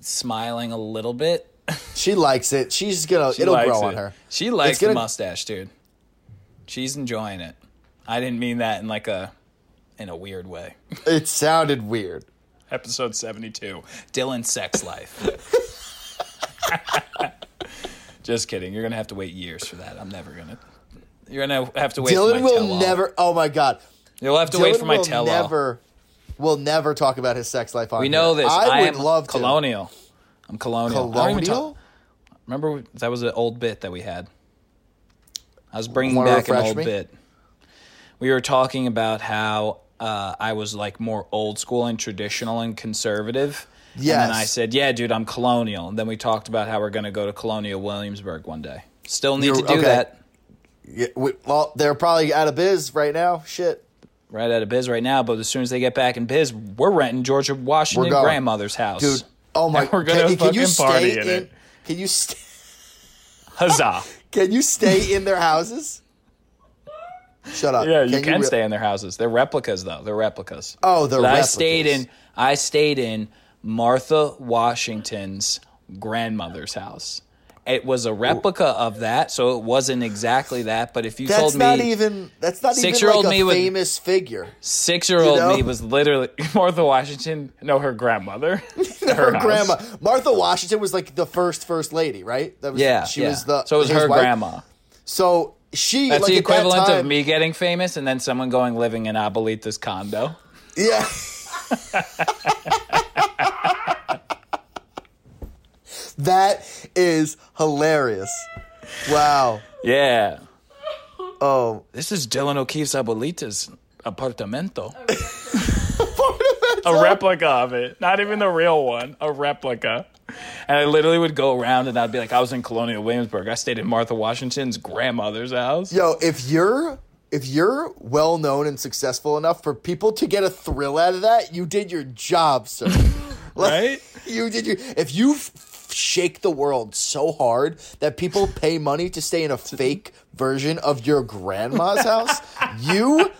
B: smiling a little bit.
A: She likes it. She's gonna.
B: She
A: it'll
B: likes
A: grow
B: it.
A: on her.
B: She likes
A: It's gonna-
B: the mustache, dude. She's enjoying it. I didn't mean that in like a in a weird way.
A: It sounded weird.
B: Episode 72. Dylan's sex life. Just kidding. You're going to have to wait years for that. I'm never going to You're going to have to wait for
A: Dylan
B: my
A: will
B: tell-all.
A: never. Oh my god.
B: You'll have to
A: Dylan
B: wait for my
A: will
B: tell all.
A: Never, will never talk about his sex life on.
B: We know
A: here.
B: this.
A: I, would
B: am
A: love to.
B: colonial. I'm colonial. I don't even talk-
A: Colonial?
B: Remember that was an old bit that we had. I was bringing
A: Wanna
B: back an
A: refresh
B: old
A: me?
B: bit. We were talking about how uh, I was like more old school and traditional and conservative. And
A: Yes.
B: then I said, "Yeah, dude, I'm colonial." And then we talked about how we're going to go to Colonial Williamsburg one day. Still need
A: You're-
B: to do
A: okay.
B: that.
A: Yeah, we- well, they're probably out of biz right now. Shit.
B: Right out of biz right now, but as soon as they get back in biz, we're renting Georgia Washington
A: going.
B: grandmother's house.
A: Dude. Oh my.
B: we're gonna
A: can, can you
B: fucking party
A: stay
B: in
A: in?
B: it.
A: Can you st-
B: Huzzah!
A: can you stay in their houses? Shut up.
B: Yeah, you can,
A: re-
B: stay in their houses. They're replicas, though. They're replicas.
A: Oh, they're
B: But I
A: replicas.
B: stayed in. I stayed in Martha Washington's grandmother's house. It was a replica of that, so it wasn't exactly that. But if you
A: That's
B: told
A: not
B: me,
A: even. That's not even
B: Six-year-old
A: like a
B: me would-
A: famous figure.
B: six-year-old
A: you know?
B: me was literally Martha Washington. No, her grandmother.
A: Her
B: house.
A: grandma, Martha Washington, was like the first first lady, right? That was,
B: Yeah,
A: she
B: yeah.
A: was the.
B: So it was
A: his
B: her
A: wife.
B: grandma.
A: So she.
B: That's
A: like
B: the
A: at that
B: equivalent
A: time,
B: of me getting famous and then someone going living in Abuelita's condo.
A: Yeah. that is hilarious. Wow.
B: Yeah.
A: Oh.
B: This is Dylan O'Keefe's abuelita's apartamento. a replica of it, not even the real one, a replica. And I literally would go around and I'd be like, I was in Colonial Williamsburg. I stayed at Martha Washington's grandmother's house.
A: Yo, if you're if you're well known and successful enough for people to get a thrill out of that, you did your job, sir. Like,
B: Right?
A: You did your if you f- shake the world so hard that people pay money to stay in a fake version of your grandma's house, you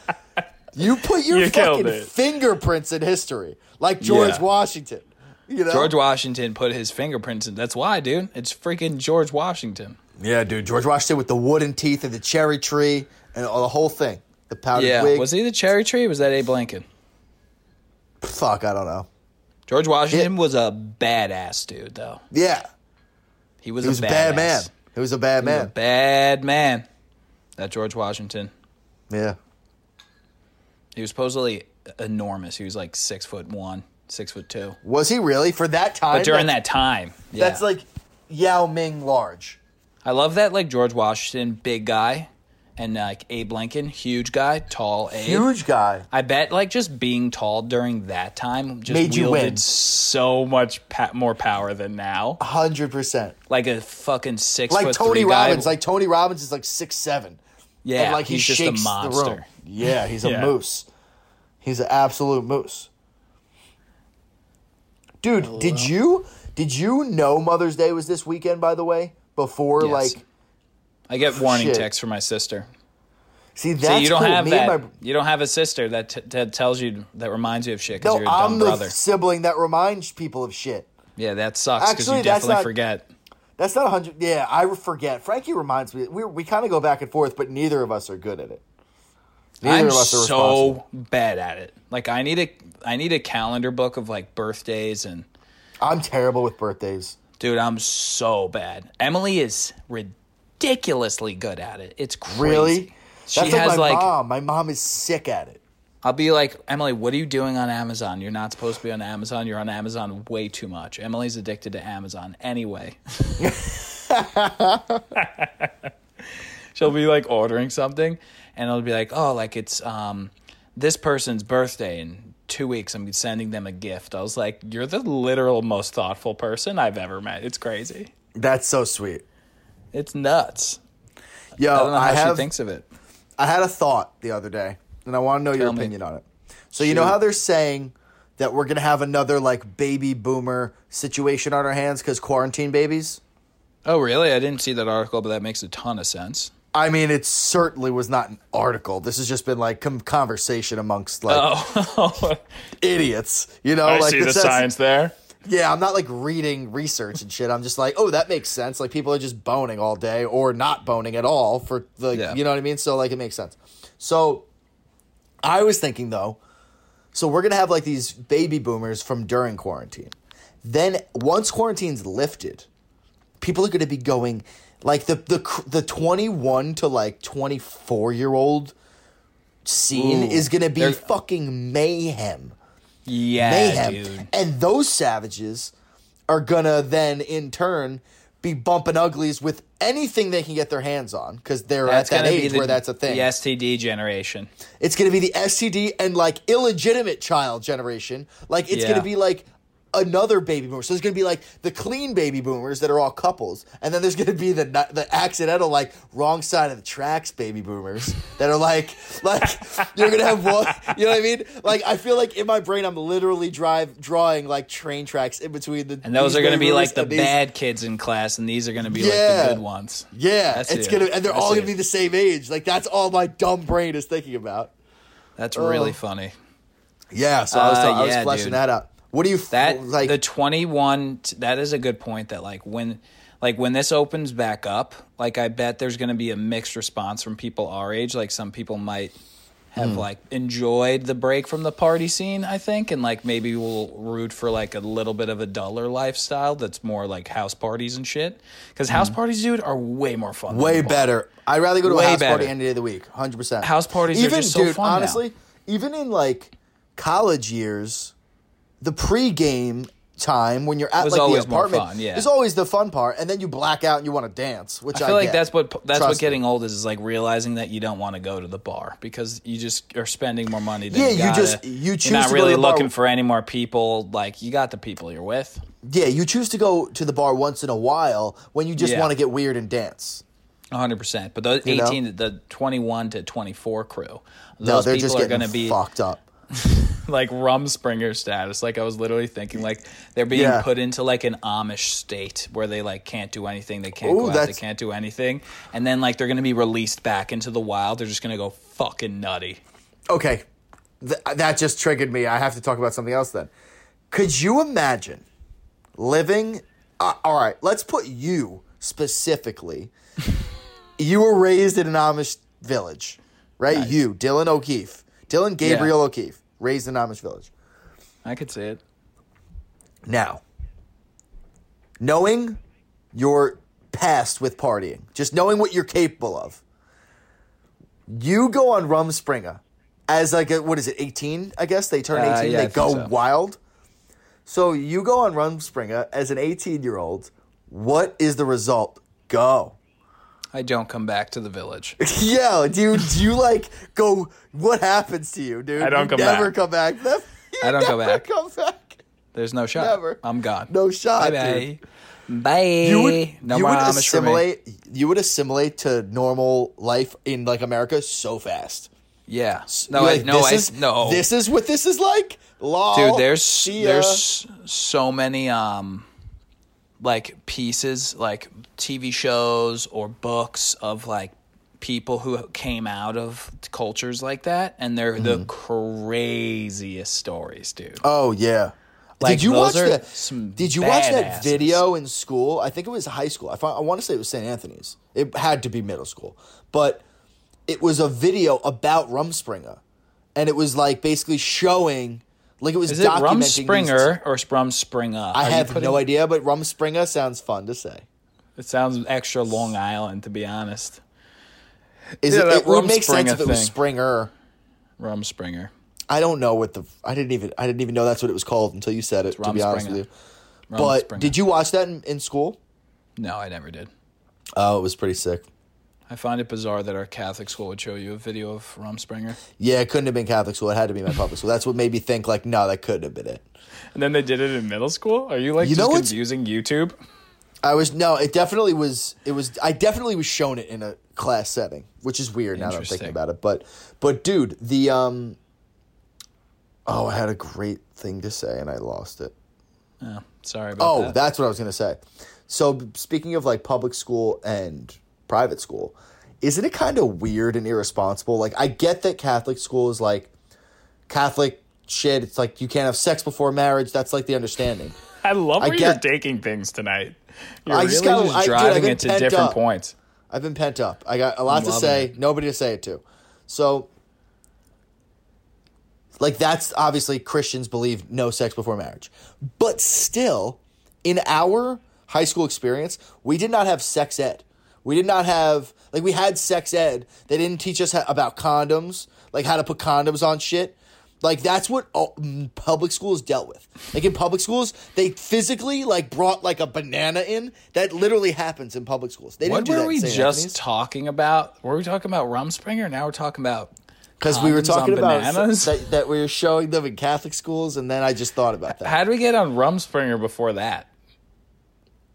A: you put your
B: You killed
A: fucking
B: it.
A: fingerprints in history, like George
B: Yeah.
A: Washington. You know?
B: George Washington put his fingerprints in. That's why, dude. It's freaking George Washington.
A: Yeah, dude, George Washington with the wooden teeth and the cherry tree and all the whole thing, the powdered
B: Yeah.
A: wig.
B: Was he the cherry tree? Or was that Abe Lincoln?
A: Fuck, I don't know.
B: George Washington was a badass dude, though.
A: Yeah.
B: He was,
A: He was
B: a
A: a bad
B: badass.
A: man. He was a bad
B: A
A: man.
B: bad man. That George Washington.
A: yeah.
B: He was supposedly enormous. He was like six foot one, six foot two.
A: Was he really for that time?
B: But during
A: that,
B: that time, yeah.
A: that's like Yao Ming large.
B: I love that like George Washington, big guy, and like Abe Lincoln, huge guy, tall Abe.
A: Huge guy.
B: I bet like just being tall during that time just
A: Made you
B: wielded
A: win.
B: so much pa- more power than now.
A: 100%.
B: Like a fucking six
A: Like
B: foot
A: Tony
B: three guy-
A: Robbins. Like Tony Robbins is like six seven.
B: yeah,
A: and like he
B: he's
A: shakes
B: just a monster.
A: the room. Yeah, he's a
B: Yeah.
A: moose. He's an absolute moose. Dude,
B: Oh,
A: did you did you know Mother's Day was this weekend? By the way, before
B: Yes.
A: like
B: I get warning
A: Shit.
B: texts from my sister.
A: See, that's
B: So you don't
A: cool.
B: have
A: Me and
B: that.
A: my-
B: you don't have a sister that t- that tells you that reminds you of shit because
A: no,
B: you're a dumb
A: I'm the
B: brother.
A: sibling that reminds people of shit.
B: yeah, that sucks because
A: Actually,
B: you
A: that's
B: definitely
A: not-
B: forget.
A: That's not a hundred. Yeah, I forget. Frankie reminds me. We we kind of go back and forth, but neither of us are good at it. Neither
B: I'm
A: of us are responsible.
B: so bad at it. Like I need a I need a calendar book of like birthdays and
A: I'm terrible with birthdays.
B: dude, I'm so bad. Emily is ridiculously good at it. It's crazy.
A: Really?
B: She
A: That's like
B: has
A: my
B: like
A: mom. My mom is sick at it.
B: I'll be like, Emily, what are you doing on Amazon? You're not supposed to be on Amazon. You're on Amazon way too much. Emily's addicted to Amazon anyway. She'll be like ordering something, and I'll be like, oh, like it's um, this person's birthday in two weeks. I'm sending them a gift. I was like, you're the literal most thoughtful person I've ever met. It's crazy.
A: That's so sweet.
B: It's nuts.
A: Yo,
B: I don't know how
A: I have
B: she thinks of it.
A: I had a thought the other day, and I want to know your
B: Tell me.
A: opinion on it. So you know how they're saying that we're gonna have another like baby boomer situation on our hands because quarantine babies.
B: Oh, really? I didn't see that article, but that makes a ton of sense.
A: I mean, it certainly was not an article. This has just been like com- conversation amongst like
B: Oh,
A: idiots. You know, like this has-
B: there.
A: Yeah, I'm not like reading research and shit. I'm just like, oh, that makes sense. Like people are just boning all day or not boning at all for the,
B: Yeah.
A: you know what I mean. So like it makes sense. So I was thinking though, so we're gonna have like these baby boomers from during quarantine. Then once quarantine's lifted, people are gonna be going like the the cr- the 21 to like 24 year old scene
B: Ooh,
A: is gonna be
B: they're-
A: fucking mayhem
B: Yeah,
A: mayhem.
B: dude.
A: And those savages are gonna then in turn be bumping uglies with anything they can get their hands on because they're at that
B: gonna be
A: age
B: the- E
A: where that's a thing.
B: The STD generation.
A: It's gonna be the STD and like illegitimate child generation. Like it's
B: Yeah.
A: gonna be like another baby boomer. So there's gonna be like the clean baby boomers that are all couples, and then there's gonna be the not- the accidental like wrong side of the tracks baby boomers that are like like you're gonna have one. You know what I mean? Like I feel like in my brain I'm literally drive drawing like train tracks in between the
B: And those
A: these
B: are going to
A: baby
B: be
A: boomers
B: like the
A: and these-
B: bad kids in class, and these are going to be like
A: Yeah.
B: the good ones.
A: Yeah,
B: That's
A: it's
B: it.
A: gonna and they're
B: That's
A: all
B: it.
A: gonna be the same age. Like that's all my dumb brain is thinking about.
B: That's
A: Oh.
B: really funny.
A: Yeah, so I was,
B: Uh,
A: I was
B: yeah,
A: fleshing
B: dude.
A: that out. What do you f-
B: That
A: like?
B: the twenty one. That is a good point. That like when, like when this opens back up, like I bet there's going to be a mixed response from people our age. Like some people might have
A: Hmm.
B: like enjoyed the break from the party scene. I think, and like maybe we'll root for like a little bit of a duller lifestyle that's more like house parties and shit. Because house parties, dude, are way more fun. than
A: Hmm. way
B: the bar.
A: better. I'd rather go to
B: Way
A: a house
B: better.
A: party any day of the week. Hundred percent.
B: House parties are just so fun now.
A: Honestly, even in like college years, the pregame time when you're at
B: Was
A: like the
B: always more
A: apartment
B: fun, yeah.
A: is always the fun part, and then you black out and you want to dance, which I,
B: I feel like
A: get.
B: that's what that's what
A: Trust me.
B: getting old is is like realizing that you don't want to go to the bar because you just are spending more money. Than
A: Yeah,
B: you,
A: you
B: gotta.
A: just- you choose
B: You're not
A: to go to
B: really
A: the bar
B: looking
A: with-
B: for any more people. Like you got the people you're with.
A: yeah. You choose to go to the bar once in a while when you just
B: Yeah.
A: want to get weird and dance.
B: 100. percent But those
A: know?
B: 18, to the 21 to 24 crew, those
A: No, they're
B: people
A: just
B: are
A: getting
B: going to be
A: fucked up.
B: like rum springer status. Like I was literally thinking, like they're being
A: Yeah.
B: put into like an Amish state where they like can't do anything, they can't
A: Ooh,
B: go out, they
A: that's-
B: can't do anything, and then like they're going to be released back into the wild. They're just going to go fucking nutty.
A: Okay, Th- that just triggered me. I have to talk about something else then. Could you imagine living? Uh, all right, let's put you specifically. you were raised in an Amish village, right? You, Dylan O'Keefe, Dylan Gabriel O'Keefe, raised in an Amish village.
B: I could see it.
A: Now, knowing your past with partying, just knowing what you're capable of, you go on Rum Springer as like a, what is it, 18? I guess they turn
B: Uh,
A: 18,
B: yeah, I
A: they
B: think
A: go
B: so.
A: wild. So you go on Rum Springer as an 18 year old. What is the result? Go.
B: I don't come back to the village.
A: Yo, dude, do you like go? What happens to you, dude?
B: I don't
A: you
B: come
A: never
B: back.
A: come back. You
B: I don't go
A: never
B: back.
A: Come back.
B: There's no shot.
A: Never.
B: I'm gone.
A: No shot, dude.
B: Bye bye. Bye.
A: you would,
B: no
A: you
B: more
A: would
B: Amish for me.
A: assimilate you would assimilate to normal life in like America so fast.
B: Yeah. No,
A: You're
B: I,
A: like,
B: no,
A: this
B: I,
A: is,
B: no.
A: This is what this is like. Lol.
B: dude, there's
A: See ya.
B: there's so many um like pieces like TV shows or books of like people who came out of cultures like that, and they're the
A: Mm-hmm.
B: craziest stories, dude.
A: Oh yeah.
B: Like,
A: did you watch
B: those are
A: that?
B: some
A: Did you watch that
B: badasses.
A: video in school? I think it was high school. I, fi- I want to say it was St. Anthony's. It had to be middle school, but it was a video about Rumspringer, and it was like basically showing, like it was
B: Is it
A: documenting.
B: Rum
A: these-
B: Springer or Rum Springa?
A: I have no idea, but Rumspringer sounds fun to say.
B: It sounds extra Long Island, to be honest.
A: Is
B: Yeah,
A: it,
B: that
A: it would make sense
B: Rumspringer
A: if it was
B: thing.
A: Springer.
B: Rum Springer.
A: I don't know what the I didn't even I didn't even know that's what it was called until you said it. To be honest
B: Rumspringer.
A: with you, but did you watch that in, in school?
B: No, I never did.
A: Oh, it was pretty sick.
B: I find it bizarre that our Catholic school would show you a video of Rum Springer.
A: Yeah, it couldn't have been Catholic school. It had to be my public school. That's what made me think like, no, that couldn't have been it.
B: And then they did it in middle school? Are you like
A: You
B: just
A: know what's-
B: confusing YouTube?
A: I was no, it definitely was. It was. I definitely was shown it in a class setting, which is weird now that I'm thinking
B: Interesting.
A: about it. But but dude, the um. Oh, I had a great thing to say and I lost it.
B: Oh, sorry about
A: Oh,
B: that.
A: that's what I was gonna say. So b- speaking of like public school and private school, isn't it kind of weird and irresponsible? Like I get that Catholic school is like Catholic shit. It's like you can't have sex before marriage. That's like the understanding.
B: I love where
A: get-
B: you're taking things tonight. You're
A: I
B: really
A: just
B: just,
A: gotta- I- dude, I've
B: driving
A: been
B: it to
A: pent
B: different
A: up.
B: points.
A: I've been pent up. I got a lot to
B: loving
A: say, nobody to say it to. So, like, that's obviously Christians believe no sex before marriage. But still, in our high school experience, we did not have sex ed. We did not have, like, we had sex ed. They didn't teach us how, about condoms, like, how to put condoms on shit. Like, that's what all, mm, public schools dealt with. Like, in public schools, they physically, like, brought, like, a banana in. That literally happens in public schools. They
B: What
A: didn't do that
B: were
A: in
B: we
A: St.
B: just
A: Anthony's.
B: talking about? Were we talking about Rum Springer? Now we're talking about
A: Because we were
B: Condoms
A: talking
B: on
A: about
B: bananas?
A: that, that we were showing them in Catholic schools, and then I just thought about that.
B: how do we get on Rum Springer before that?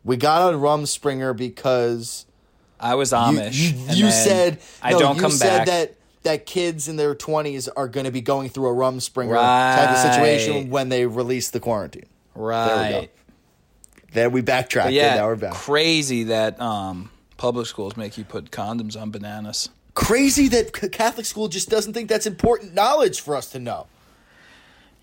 A: We got on Rumspringer because
B: I was
A: you,
B: Amish.
A: you,
B: and
A: you
B: then
A: said
B: I
A: no,
B: don't
A: you
B: come
A: said
B: back.
A: that that kids in their twenties are going to be going through a Rumspringer type of
B: Right.
A: situation when they release the quarantine.
B: right.
A: Then we backtracked. Yeah,
B: Yeah,
A: and now we're back.
B: crazy that um, public schools make you put condoms on bananas.
A: Crazy that c- Catholic school just doesn't think that's important knowledge for us to know.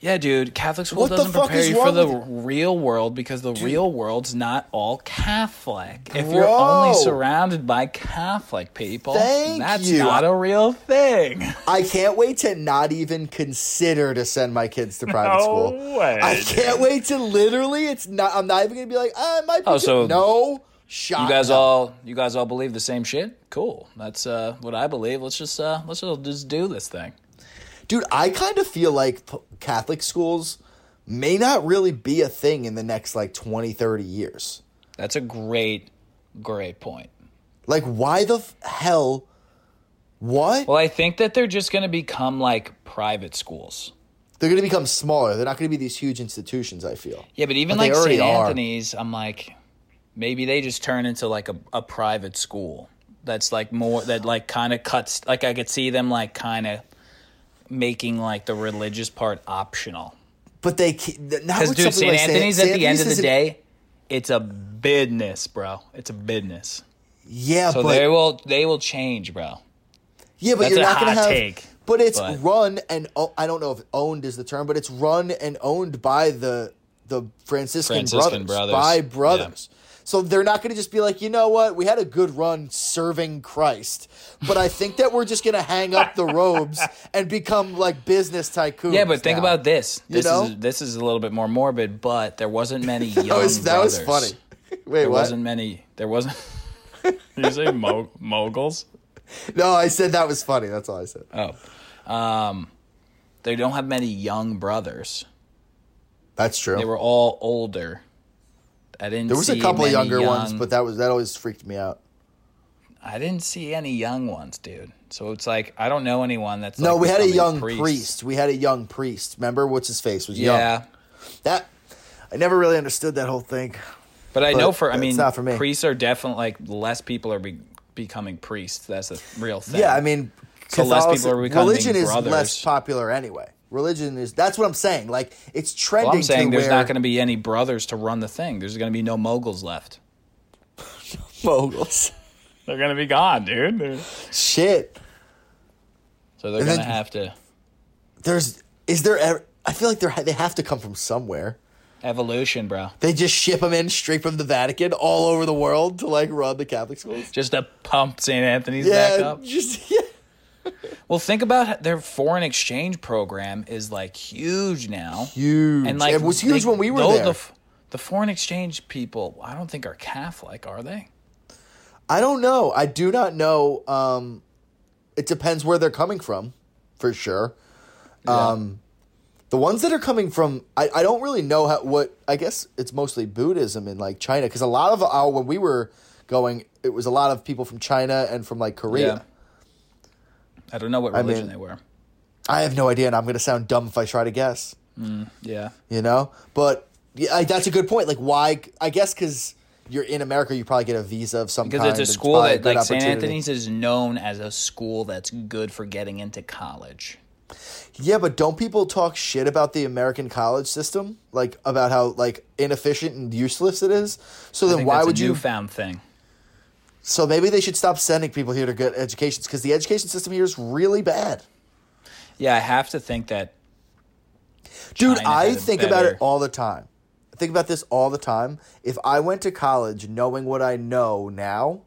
B: Yeah, dude, Catholic school
A: What the
B: doesn't
A: fuck
B: prepare
A: is
B: you for
A: wrong
B: the
A: with-
B: real world because the real world's not all Catholic. If you're only
A: Bro.
B: surrounded by Catholic people,
A: Thank
B: that's
A: you.
B: not a real thing.
A: I can't wait to not even consider to send my kids to private
B: No
A: school.
B: way,
A: I can't wait to literally. It's not. I'm not even gonna be like. Ah, it might be.
B: Oh,
A: good."
B: so
A: no shot.
B: You guys all you guys all believe the same shit? Cool. That's uh, what I believe. Let's just uh, let's all just do this thing.
A: dude. I kind of feel like p- Catholic schools may not really be a thing in the next like 20, 30 years.
B: That's a great great point.
A: Like, why the f- hell? What?
B: Well, I think that they're just going to become like private schools.
A: They're gonna become smaller. They're not gonna be these huge institutions. I feel.
B: Yeah, but even
A: But they
B: like
A: already
B: St.
A: are.
B: Anthony's, I'm like, maybe they just turn into like a, a private school that's like more that like kind of cuts. Like I could see them like kind of making like the religious part optional.
A: But they ca- not
B: Because
A: with
B: dude,
A: something
B: St.
A: like
B: Anthony's at the end of
A: Anthony's
B: the
A: isn't-
B: day, it's a business, bro. It's a business.
A: Yeah,
B: So
A: but
B: they will they will change, bro.
A: Yeah, but
B: That's
A: you're
B: a
A: not going to have.
B: hot take,
A: but it's
B: but-
A: run and o- I don't know if owned is the term, but it's run and owned by the the Franciscan,
B: Franciscan
A: brothers,
B: brothers,
A: by
B: yeah.
A: brothers. So they're not going to just be like, you know what, we had a good run serving Christ, but I think that we're just going to hang up the robes and become like business tycoons.
B: Yeah, but think
A: now.
B: about this. This
A: know?
B: is this is a little bit more morbid, but there wasn't many young
A: that was that was
B: brothers.
A: funny. Wait,
B: There
A: what?
B: wasn't many. There wasn't. you say mo- moguls?
A: No, I said that was funny. That's all I said.
B: Oh, um, they don't have many young brothers.
A: That's true.
B: They were all older. I didn't.
A: there was a
B: see
A: couple of
B: many
A: younger
B: young-
A: ones, but that was that always freaked me out.
B: I didn't see any young ones, dude. So it's like I don't know anyone that's.
A: No,
B: like,
A: we had a
B: becoming
A: young priest. We had a young priest. Remember what's his face was young.
B: Yeah,
A: That I never really understood that whole thing.
B: but I know
A: But
B: for I
A: it's
B: mean,
A: not for me.
B: priests are definitely like less people are be- becoming priests. That's the real thing.
A: Yeah, I mean,
B: So less people are
A: Catholic-
B: becoming
A: religion is
B: brothers.
A: less popular anyway. Religion is that's what I'm saying. Like it's trending.
B: Well, I'm saying
A: to
B: there's
A: where
B: not going to be any brothers to run the thing. There's going to be no moguls left.
A: moguls.
B: They're gonna be gone, dude. They're-
A: Shit.
B: so they're
A: And
B: gonna
A: then-
B: have to
A: There's is there ever, I feel like they are they have to come from somewhere.
B: evolution, bro.
A: They just ship them in straight from the Vatican all over the world to like run the Catholic schools.
B: Just to pump St. Anthony's back
A: Yeah,
B: up.
A: just yeah.
B: Well, think about h- their foreign exchange program is like huge now.
A: huge.
B: And like
A: it was huge
B: they-
A: when we were
B: though
A: there.
B: The, f- the foreign exchange people, I don't think are Catholic, are they?
A: I don't know. I do not know. Um, it depends where they're coming from, for sure. Um, the ones that are coming from, I, I don't really know how, what. I guess it's mostly Buddhism in like China because a lot of our when we were going, it was a lot of people from China and from like Korea.
B: I don't know what religion
A: mean-
B: they were.
A: I have no idea, and I'm gonna sound dumb if I try to guess.
B: Yeah.
A: You know, but yeah, I, that's a good point. Like, why? I guess because you're in America, you probably get a visa of some
B: Because
A: kind.
B: it's a
A: and
B: school
A: probably a
B: that
A: good
B: like St.
A: opportunity.
B: Anthony's is known as a school that's good for getting into college.
A: Yeah, but don't people talk shit about the American college system? Like about how like inefficient and useless it is? So
B: I
A: then
B: think
A: why
B: that's
A: would
B: a
A: you
B: newfound thing?
A: So maybe they should stop sending people here to get educations cuz the education system here is really bad.
B: Yeah, I have to think that
A: Dude,
B: China
A: I
B: had it
A: think about
B: better.
A: it all the time. I think about this all the time. If I went to college knowing what I know now,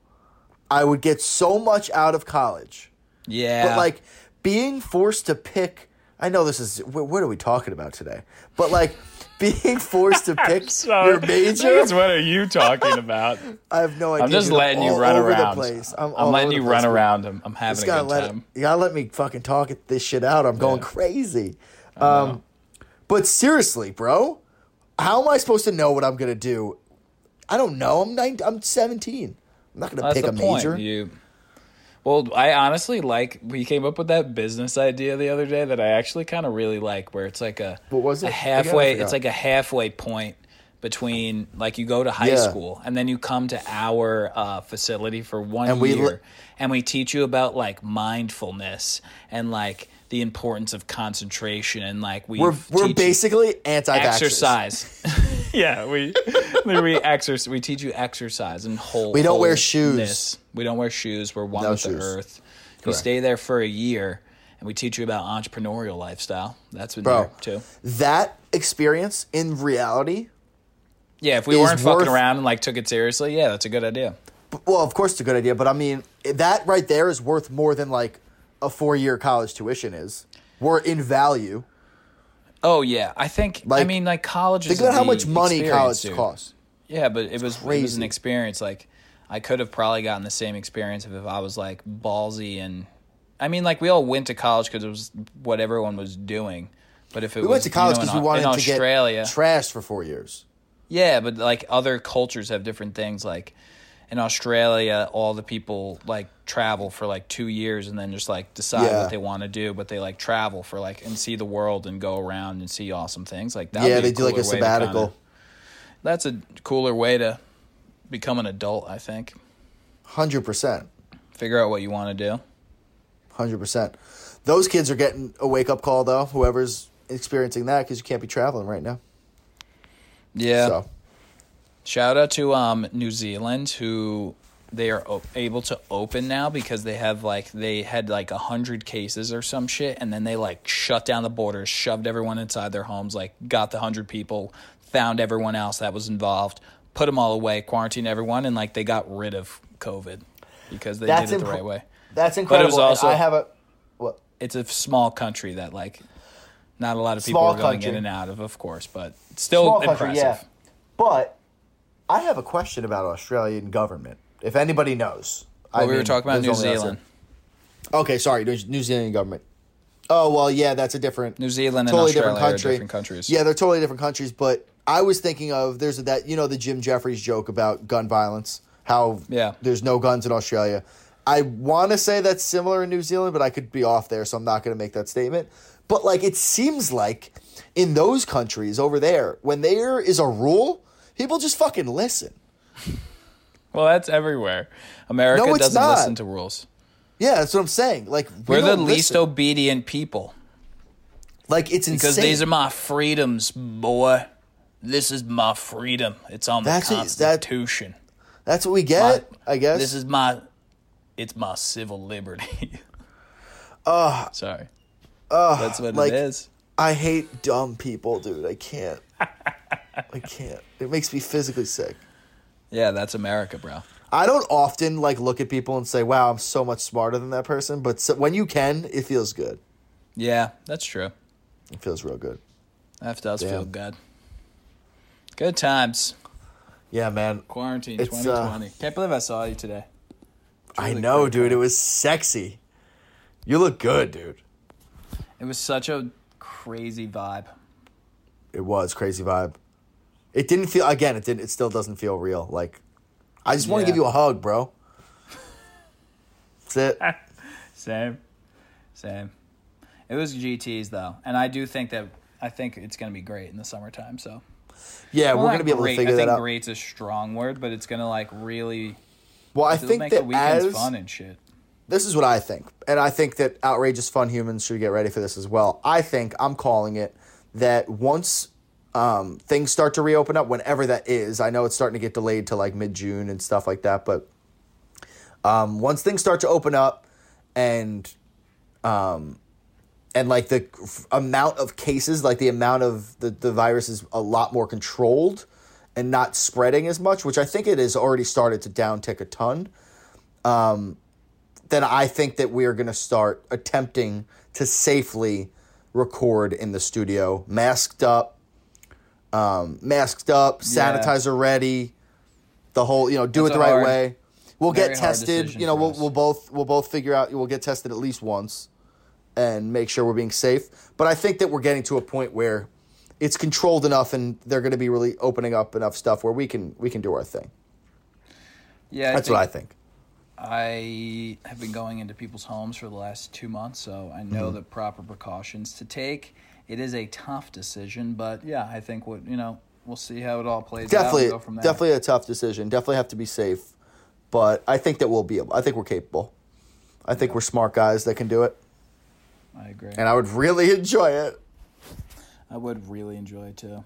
A: I would get so much out of college.
B: yeah.
A: But like being forced to pick, I know this is wh- what are we talking about today? But like being forced to pick your major,
B: what are you talking about?
A: I have no idea.
B: I'm just
A: dude.
B: letting you
A: all
B: run
A: over
B: around.
A: The place. I'm,
B: I'm
A: all
B: letting
A: over
B: you
A: the
B: run
A: place.
B: around him. I'm having
A: Just
B: a
A: gotta
B: good
A: let
B: time.
A: you gotta let me fucking talk it- this shit out. I'm going
B: Yeah.
A: crazy. Um, but seriously, bro, how am I supposed to know what I'm gonna do? I don't know. I'm nine, I'm 17. I'm not gonna
B: That's
A: pick
B: the
A: a
B: point.
A: major.
B: You. Well, I honestly like we came up with that business idea the other day that I actually kind of really like, where it's like a
A: What was it?
B: a
A: Again, I
B: halfway.
A: forgot.
B: It's like a halfway point between like you go to high
A: Yeah.
B: school and then you come to our uh, facility for one
A: And we
B: year,
A: le-
B: and we teach you about like mindfulness and like the importance of concentration and like we
A: We're we're
B: teach you-
A: basically anti-vaxxers.
B: exercise. yeah, we we exercise. We teach you exercise and whole.
A: We don't wear
B: wholeness. We don't wear shoes. We're one
A: No
B: with the
A: shoes.
B: earth. You stay there for a year, and we teach you about entrepreneurial lifestyle. That's been
A: Bro.
B: there too.
A: That experience in reality
B: Yeah, if we
A: Is
B: weren't fucking
A: worth-
B: around and like took it seriously, yeah, that's a good idea.
A: Well, of course, it's a good idea, but I mean that right there is worth more than like a four-year college tuition is. We're in value.
B: Oh yeah, I think. I
A: Like,
B: mean, like college.
A: Think about how much money college costs.
B: Yeah, but it was it was an
A: crazy.
B: experience. Like I could have probably gotten the same experience if, if I was like ballsy and I mean, like we all went to college because it was what everyone was doing. But if it
A: We
B: was,
A: went to college
B: you
A: because
B: know, in,
A: we wanted
B: in
A: to
B: Australia,
A: get trashed for four years.
B: yeah, but like other cultures have different things. Like in Australia, all the people like travel for like two years and then just like decide
A: Yeah.
B: what they want to do. But they like travel for like and see the world and go around and see awesome things. Like that.
A: yeah, they do like a sabbatical.
B: that's a cooler way to become an adult. I think.
A: Hundred percent,
B: Figure out what you want to do.
A: hundred percent. Those kids are getting a wake-up call though. Whoever's experiencing that because you can't be traveling right now.
B: Yeah.
A: So
B: Shout out to um, New Zealand who they are o- able to open now because they have like they had like a hundred cases or some shit, and then they like shut down the borders, shoved everyone inside their homes, like got the hundred people, found everyone else that was involved, put them all away, quarantined everyone, and like they got rid of COVID because they
A: that's
B: did it
A: impre-
B: the right way.
A: That's incredible. and
B: also-
A: I have a what?
B: It's a small country that like not a lot of people
A: Small
B: are going in
A: country.
B: and out of, of course, but still
A: small
B: impressive.
A: country, yeah. But I have a question about Australian government. If anybody knows, I
B: But we were
A: mean,
B: talking about New
A: there's only us.
B: Zealand.
A: Okay, sorry, New New Zealand government. Oh well, yeah, that's a different
B: New Zealand and
A: totally
B: Australia
A: different country.
B: are different countries.
A: Yeah, they're totally different countries. But I was thinking of there's that you know the Jim Jeffries joke about gun violence, how
B: Yeah.
A: there's no guns in Australia. I want to say that's similar in New Zealand, but I could be off there, so I'm not going to make that statement. But like, it seems like in those countries over there, when there is a rule, people just fucking listen.
B: Well, that's everywhere. America
A: No, it's
B: doesn't
A: not.
B: listen to rules.
A: Yeah, that's what I'm saying. Like we
B: We're the
A: don't
B: least
A: listen.
B: obedient people
A: like it's insane.
B: because these are my freedoms, boy. This is my freedom. It's on
A: That's
B: the
A: it, that-
B: Constitution.
A: that's what we get, I guess.
B: This is my It's my civil liberty.
A: Ugh.
B: Sorry.
A: Ugh,
B: That's what
A: like,
B: it is.
A: I hate dumb people, dude. I can't. I can't. It makes me physically sick.
B: Yeah, that's America, bro.
A: I don't often like look at people and say, "Wow, I'm so much smarter than that person." But so, when you can, it feels good.
B: Yeah, that's true.
A: It feels real good.
B: That does feel
A: Damn.
B: good. Good times.
A: Yeah, man.
B: Quarantine
A: It's, uh,
B: 2020. Can't believe I saw you today.
A: I
B: really
A: know,
B: great
A: dude. It
B: time.
A: was sexy. You look good, dude.
B: It was such a crazy vibe.
A: It was crazy vibe. It didn't feel again. It didn't. It still doesn't feel real. Like, I just want to
B: Yeah.
A: give you a hug, bro. That's it.
B: Same. Same. It was GTs though, and I do think that I think it's going to be great in the summertime. So
A: Yeah, we're
B: Well,
A: gonna
B: not
A: be able
B: great.
A: to figure
B: I
A: that
B: think
A: out.
B: great's a strong word, but it's going to like really
A: well, I
B: it'll
A: think
B: make the
A: that
B: weekends
A: as
B: fun and shit.
A: this is what I think, and I think that outrageous fun humans should get ready for this as well. I think I'm calling it that once um, things start to reopen up, whenever that is. I know it's starting to get delayed to like mid June and stuff like that, but um, once things start to open up and um, and like the f- amount of cases, like the amount of the, the virus is a lot more controlled and not spreading as much, which I think it has already started to downtick a ton. Um, then I think that we are going to start attempting to safely record in the studio, masked up, um, masked up,
B: Yeah.
A: sanitizer ready, the whole you know, do
B: That's
A: it the
B: a
A: right
B: hard-
A: way. We'll get
B: very hard
A: tested.
B: decision
A: You know,
B: for
A: we'll,
B: us.
A: we'll both we'll both figure out. We'll get tested at least once and make sure we're being safe. But I think that we're getting to a point where it's controlled enough, and they're going to be really opening up enough stuff where we can we can do our thing.
B: Yeah,
A: That's what I think.
B: I have been going into people's homes for the last two months, so I know
A: Mm-hmm.
B: the proper precautions to take. It is a tough decision, but yeah, I think what you know, we'll see how it all plays out.
A: Definitely,
B: and go from there.
A: definitely a tough decision. Definitely have to be safe, but I think that we'll be. able- I think we're capable. I think we're smart guys that can do it,
B: I agree.
A: and I would really enjoy it.
B: I would really enjoy it too.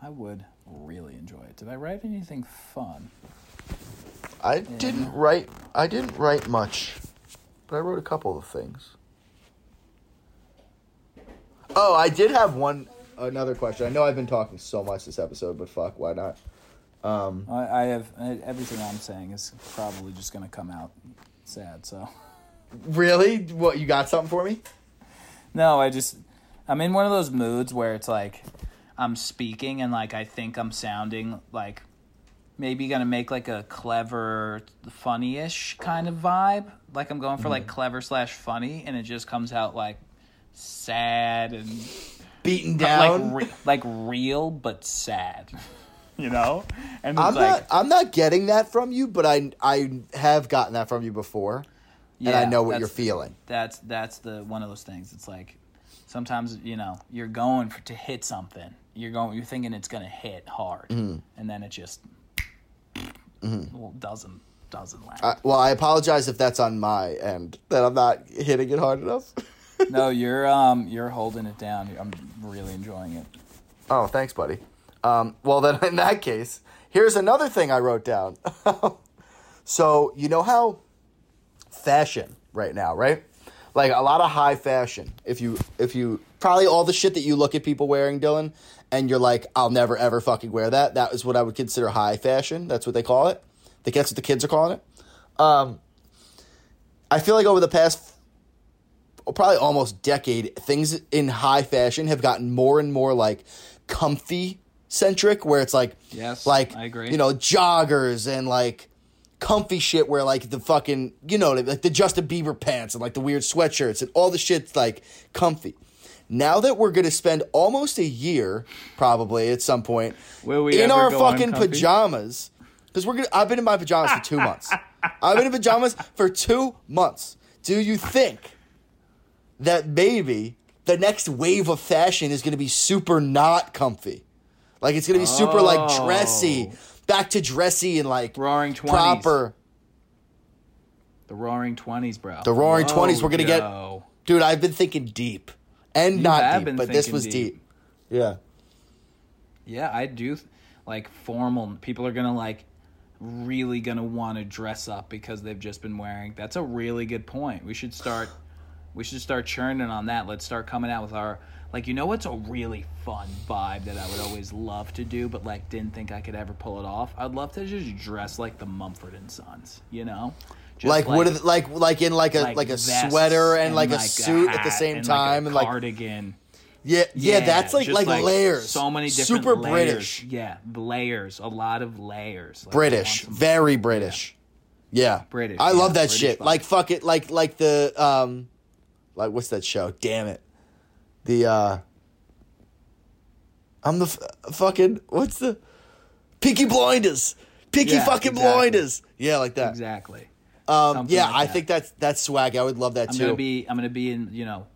B: I would really enjoy it. Did I write anything fun?
A: I didn't write. I didn't write much, but I wrote a couple of things. Oh, I did have one another question. I know I've been talking so much this episode, but fuck, why not?
B: I, I have I, everything I'm saying is probably just gonna come out sad. So
A: Really? What you got something for me?
B: no, I just I'm in one of those moods where it's like I'm speaking and like I think I'm sounding like maybe gonna make like a clever, funny-ish kind of vibe. Like I'm going for like clever slash funny, and it just comes out like sad and
A: Beaten
B: like
A: down.
B: re- like real but sad. You know, and it's
A: I'm
B: like,
A: not. I'm not getting that from you, but I I have gotten that from you before, and I
B: yeah,
A: know what you're
B: that's-
A: feeling.
B: that's that's the one of those things. It's like sometimes you know you're going for, to hit something. You're going. You're thinking it's gonna hit hard,
A: Mm-hmm.
B: and then it just well, doesn't doesn't land.
A: I, well, I apologize if that's on my end that I'm not hitting it hard enough.
B: no, you're um you're holding it down. I'm really enjoying it.
A: Oh, thanks, buddy. Um, well, then in that case, here's another thing I wrote down. so you know how fashion right now, right? Like a lot of high fashion. If you if you probably all the shit that you look at people wearing, Dylan, and you're like, I'll never ever fucking wear that. That is what I would consider high fashion. That's what they call it. I think that's what the kids are calling it. Um, I feel like over the past probably almost decade, things in high fashion have gotten more and more like comfy centric, where it's like,
B: Yes,
A: like
B: I agree.
A: You know, joggers and like comfy shit, where like the fucking you know, like the Justin Bieber pants and like the weird sweatshirts and all the shit's like comfy. Now that we're gonna spend almost a year, probably at some point,
B: Will we
A: in
B: ever
A: our
B: go
A: fucking
B: uncomfy?
A: pajamas, because we're gonna. I've been in my pajamas for two months. I've been in pajamas for two months. Do you think? that maybe the next wave of fashion is going to be super not comfy. Like it's going to be super like dressy,
B: Oh.
A: back to dressy and like
B: Roaring 20s.
A: proper.
B: The Roaring Twenties, bro.
A: The Roaring 20s, we're gonna get-
B: Joe.
A: Dude, I've been thinking deep and not
B: have
A: deep,
B: been
A: but this
B: thinking
A: was
B: deep.
A: deep. Yeah.
B: Yeah, I do. th- Like formal people are gonna like. really going to want to dress up because they've just been wearing. That's a really good point. We should start we should start churning on that. Let's start coming out with our like you know what's a really fun vibe that I would always love to do but like didn't think I could ever pull it off. I'd love to just dress like the Mumford and Sons, you know? Just
A: like, what? Are the, like like in like a like,
B: like
A: a
B: vests
A: sweater and, like, a
B: hat
A: suit at the same time and
B: like
A: like
B: a cardigan.
A: yeah, yeah that's like
B: just,
A: like, layers.
B: So many different
A: super
B: layers.
A: British,
B: Yeah, layers. A lot of layers. Like, I want
A: British,
B: some-
A: very British. Yeah,
B: British,
A: I
B: yeah,
A: love that
B: British
A: shit.
B: vibe.
A: Like fuck it, like like the um, like what's that show? Damn it, the uh, I'm the f- fucking what's the Peaky Blinders, Peaky
B: Yeah,
A: fucking
B: exactly.
A: Blinders. Yeah, like that.
B: Exactly.
A: Um,
B: Something
A: yeah,
B: like
A: I
B: that.
A: think that's that's swag. I would love that
B: I'm
A: too.
B: gonna be. I'm gonna be in. You know,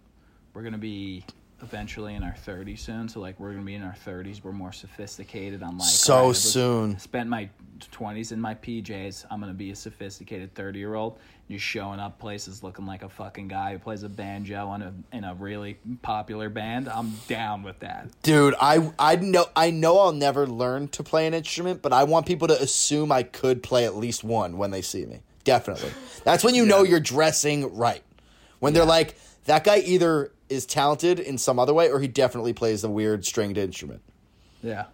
B: we're gonna be eventually in our 30s soon. So like, we're gonna be in our 30s. We're more sophisticated. I'm like
A: So
B: all right, I've
A: soon.
B: Spent my 20s in my PJs. I'm gonna be a sophisticated 30 year old. Just showing up places looking like a fucking guy who plays a banjo on a in a really popular band. I'm down with that.
A: Dude, I I know I know I'll never learn to play an instrument, but I want people to assume I could play at least one when they see me. Definitely. That's when you know you're dressing right. When they're like, that guy either is talented in some other way or he definitely plays the weird stringed instrument.
B: Yeah,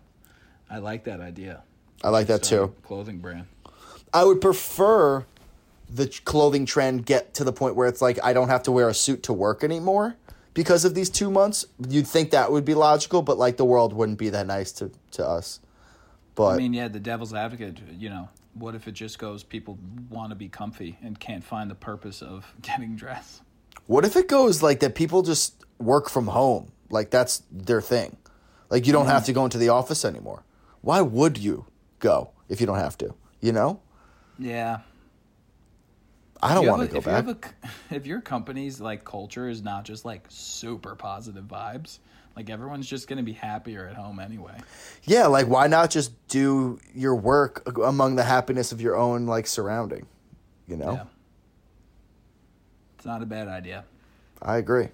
B: I like that idea.
A: I like that too.
B: Clothing brand.
A: I would prefer the ch- clothing trend get to the point where it's like I don't have to wear a suit to work anymore because of these two months. You'd think that would be logical, but like the world wouldn't be that nice to, to us. But
B: I mean, yeah, the devil's advocate, you know, what if it just goes people want to be comfy and can't find the purpose of getting dressed?
A: What if it goes like that people just work from home? Like that's their thing. Like you don't
B: Mm-hmm.
A: have to go into the office anymore. Why would you go if you don't have to? You know?
B: Yeah.
A: I don't
B: You
A: want to go
B: have a- if you have
A: back.
B: a c- if your company's like culture is not just like super positive vibes, like everyone's just going to be happier at home anyway.
A: yeah, like why not just do your work a- among the happiness of your own like surrounding? You know?
B: Yeah. It's not a bad idea.
A: I agree.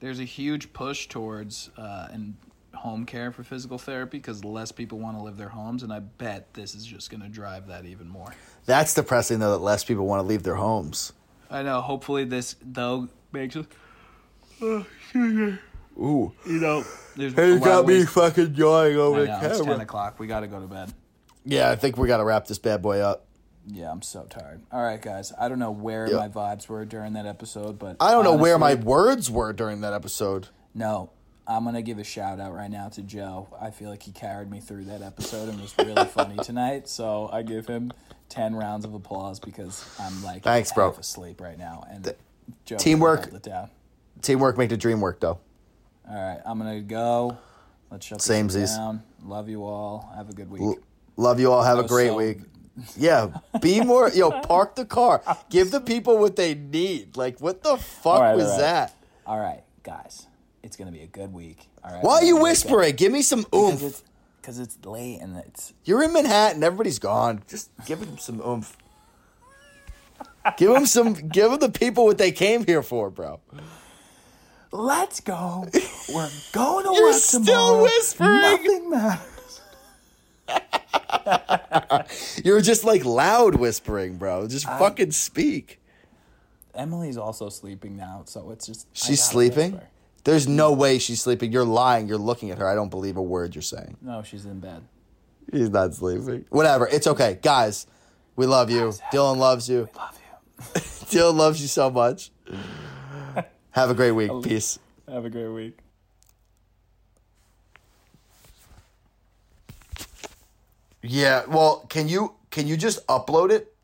B: There's a huge push towards uh, in home care for physical therapy because less people want to live their homes, and I bet this is just going to drive that even more.
A: That's depressing though that less people want to leave their homes.
B: I know. Hopefully, this though makes us.
A: Ooh.
B: You know, there's
A: Hey, you
B: a lot
A: got
B: of
A: me
B: ways-
A: fucking yawing
B: I
A: over the
B: know, it's ten
A: camera.
B: o'clock. We gotta go to bed.
A: Yeah, I think we gotta wrap this bad boy up.
B: Yeah, I'm so tired. All right, guys. I don't know where
A: Yeah.
B: my vibes were during that episode, but
A: I don't know where my
B: honestly-
A: words were during that episode.
B: No, I'm gonna give a shout out right now to Joe. I feel like he carried me through that episode and was really funny tonight. So I give him ten rounds of applause because I'm like
A: Thanks, bro.
B: half asleep right now. And Joe really
A: teamwork-
B: held it down.
A: Teamwork make the dream work though.
B: All right, I'm gonna go. Let's shut this
A: Samesies.
B: down. Love you all. Have a good week.
A: Love you all. Have a
B: was
A: great
B: so-
A: week. Yeah, be more. yo, park the car. Give the people what they need. Like, what the fuck
B: right, all
A: was
B: right.
A: that?
B: All right, guys, it's gonna be a good week. All right.
A: Why are you
B: We're gonna
A: whispering? Give me some
B: get- 'cause
A: oomph.
B: it's because it's late and it's
A: You're in Manhattan. Everybody's gone. Just give them some oomph. give them some. Give them the people what they came here for, bro.
B: let's go. We're going to
A: You're
B: work
A: still
B: tomorrow.
A: whispering.
B: Nothing matters.
A: You're just like loud whispering, bro. Just fucking speak.
B: Emily's also sleeping now, so it's just I
A: She's
B: gotta
A: sleeping.
B: whisper.
A: There's no way she's sleeping. You're lying. You're looking at her. I don't believe a word you're saying.
B: No, she's in bed.
A: He's not sleeping. Whatever. It's okay. Guys, we love you. Dylan loves you.
B: Love you.
A: Dylan loves you so much. Have a great week. Peace.
B: Have a great week.
A: Yeah. Well, can you can you just upload it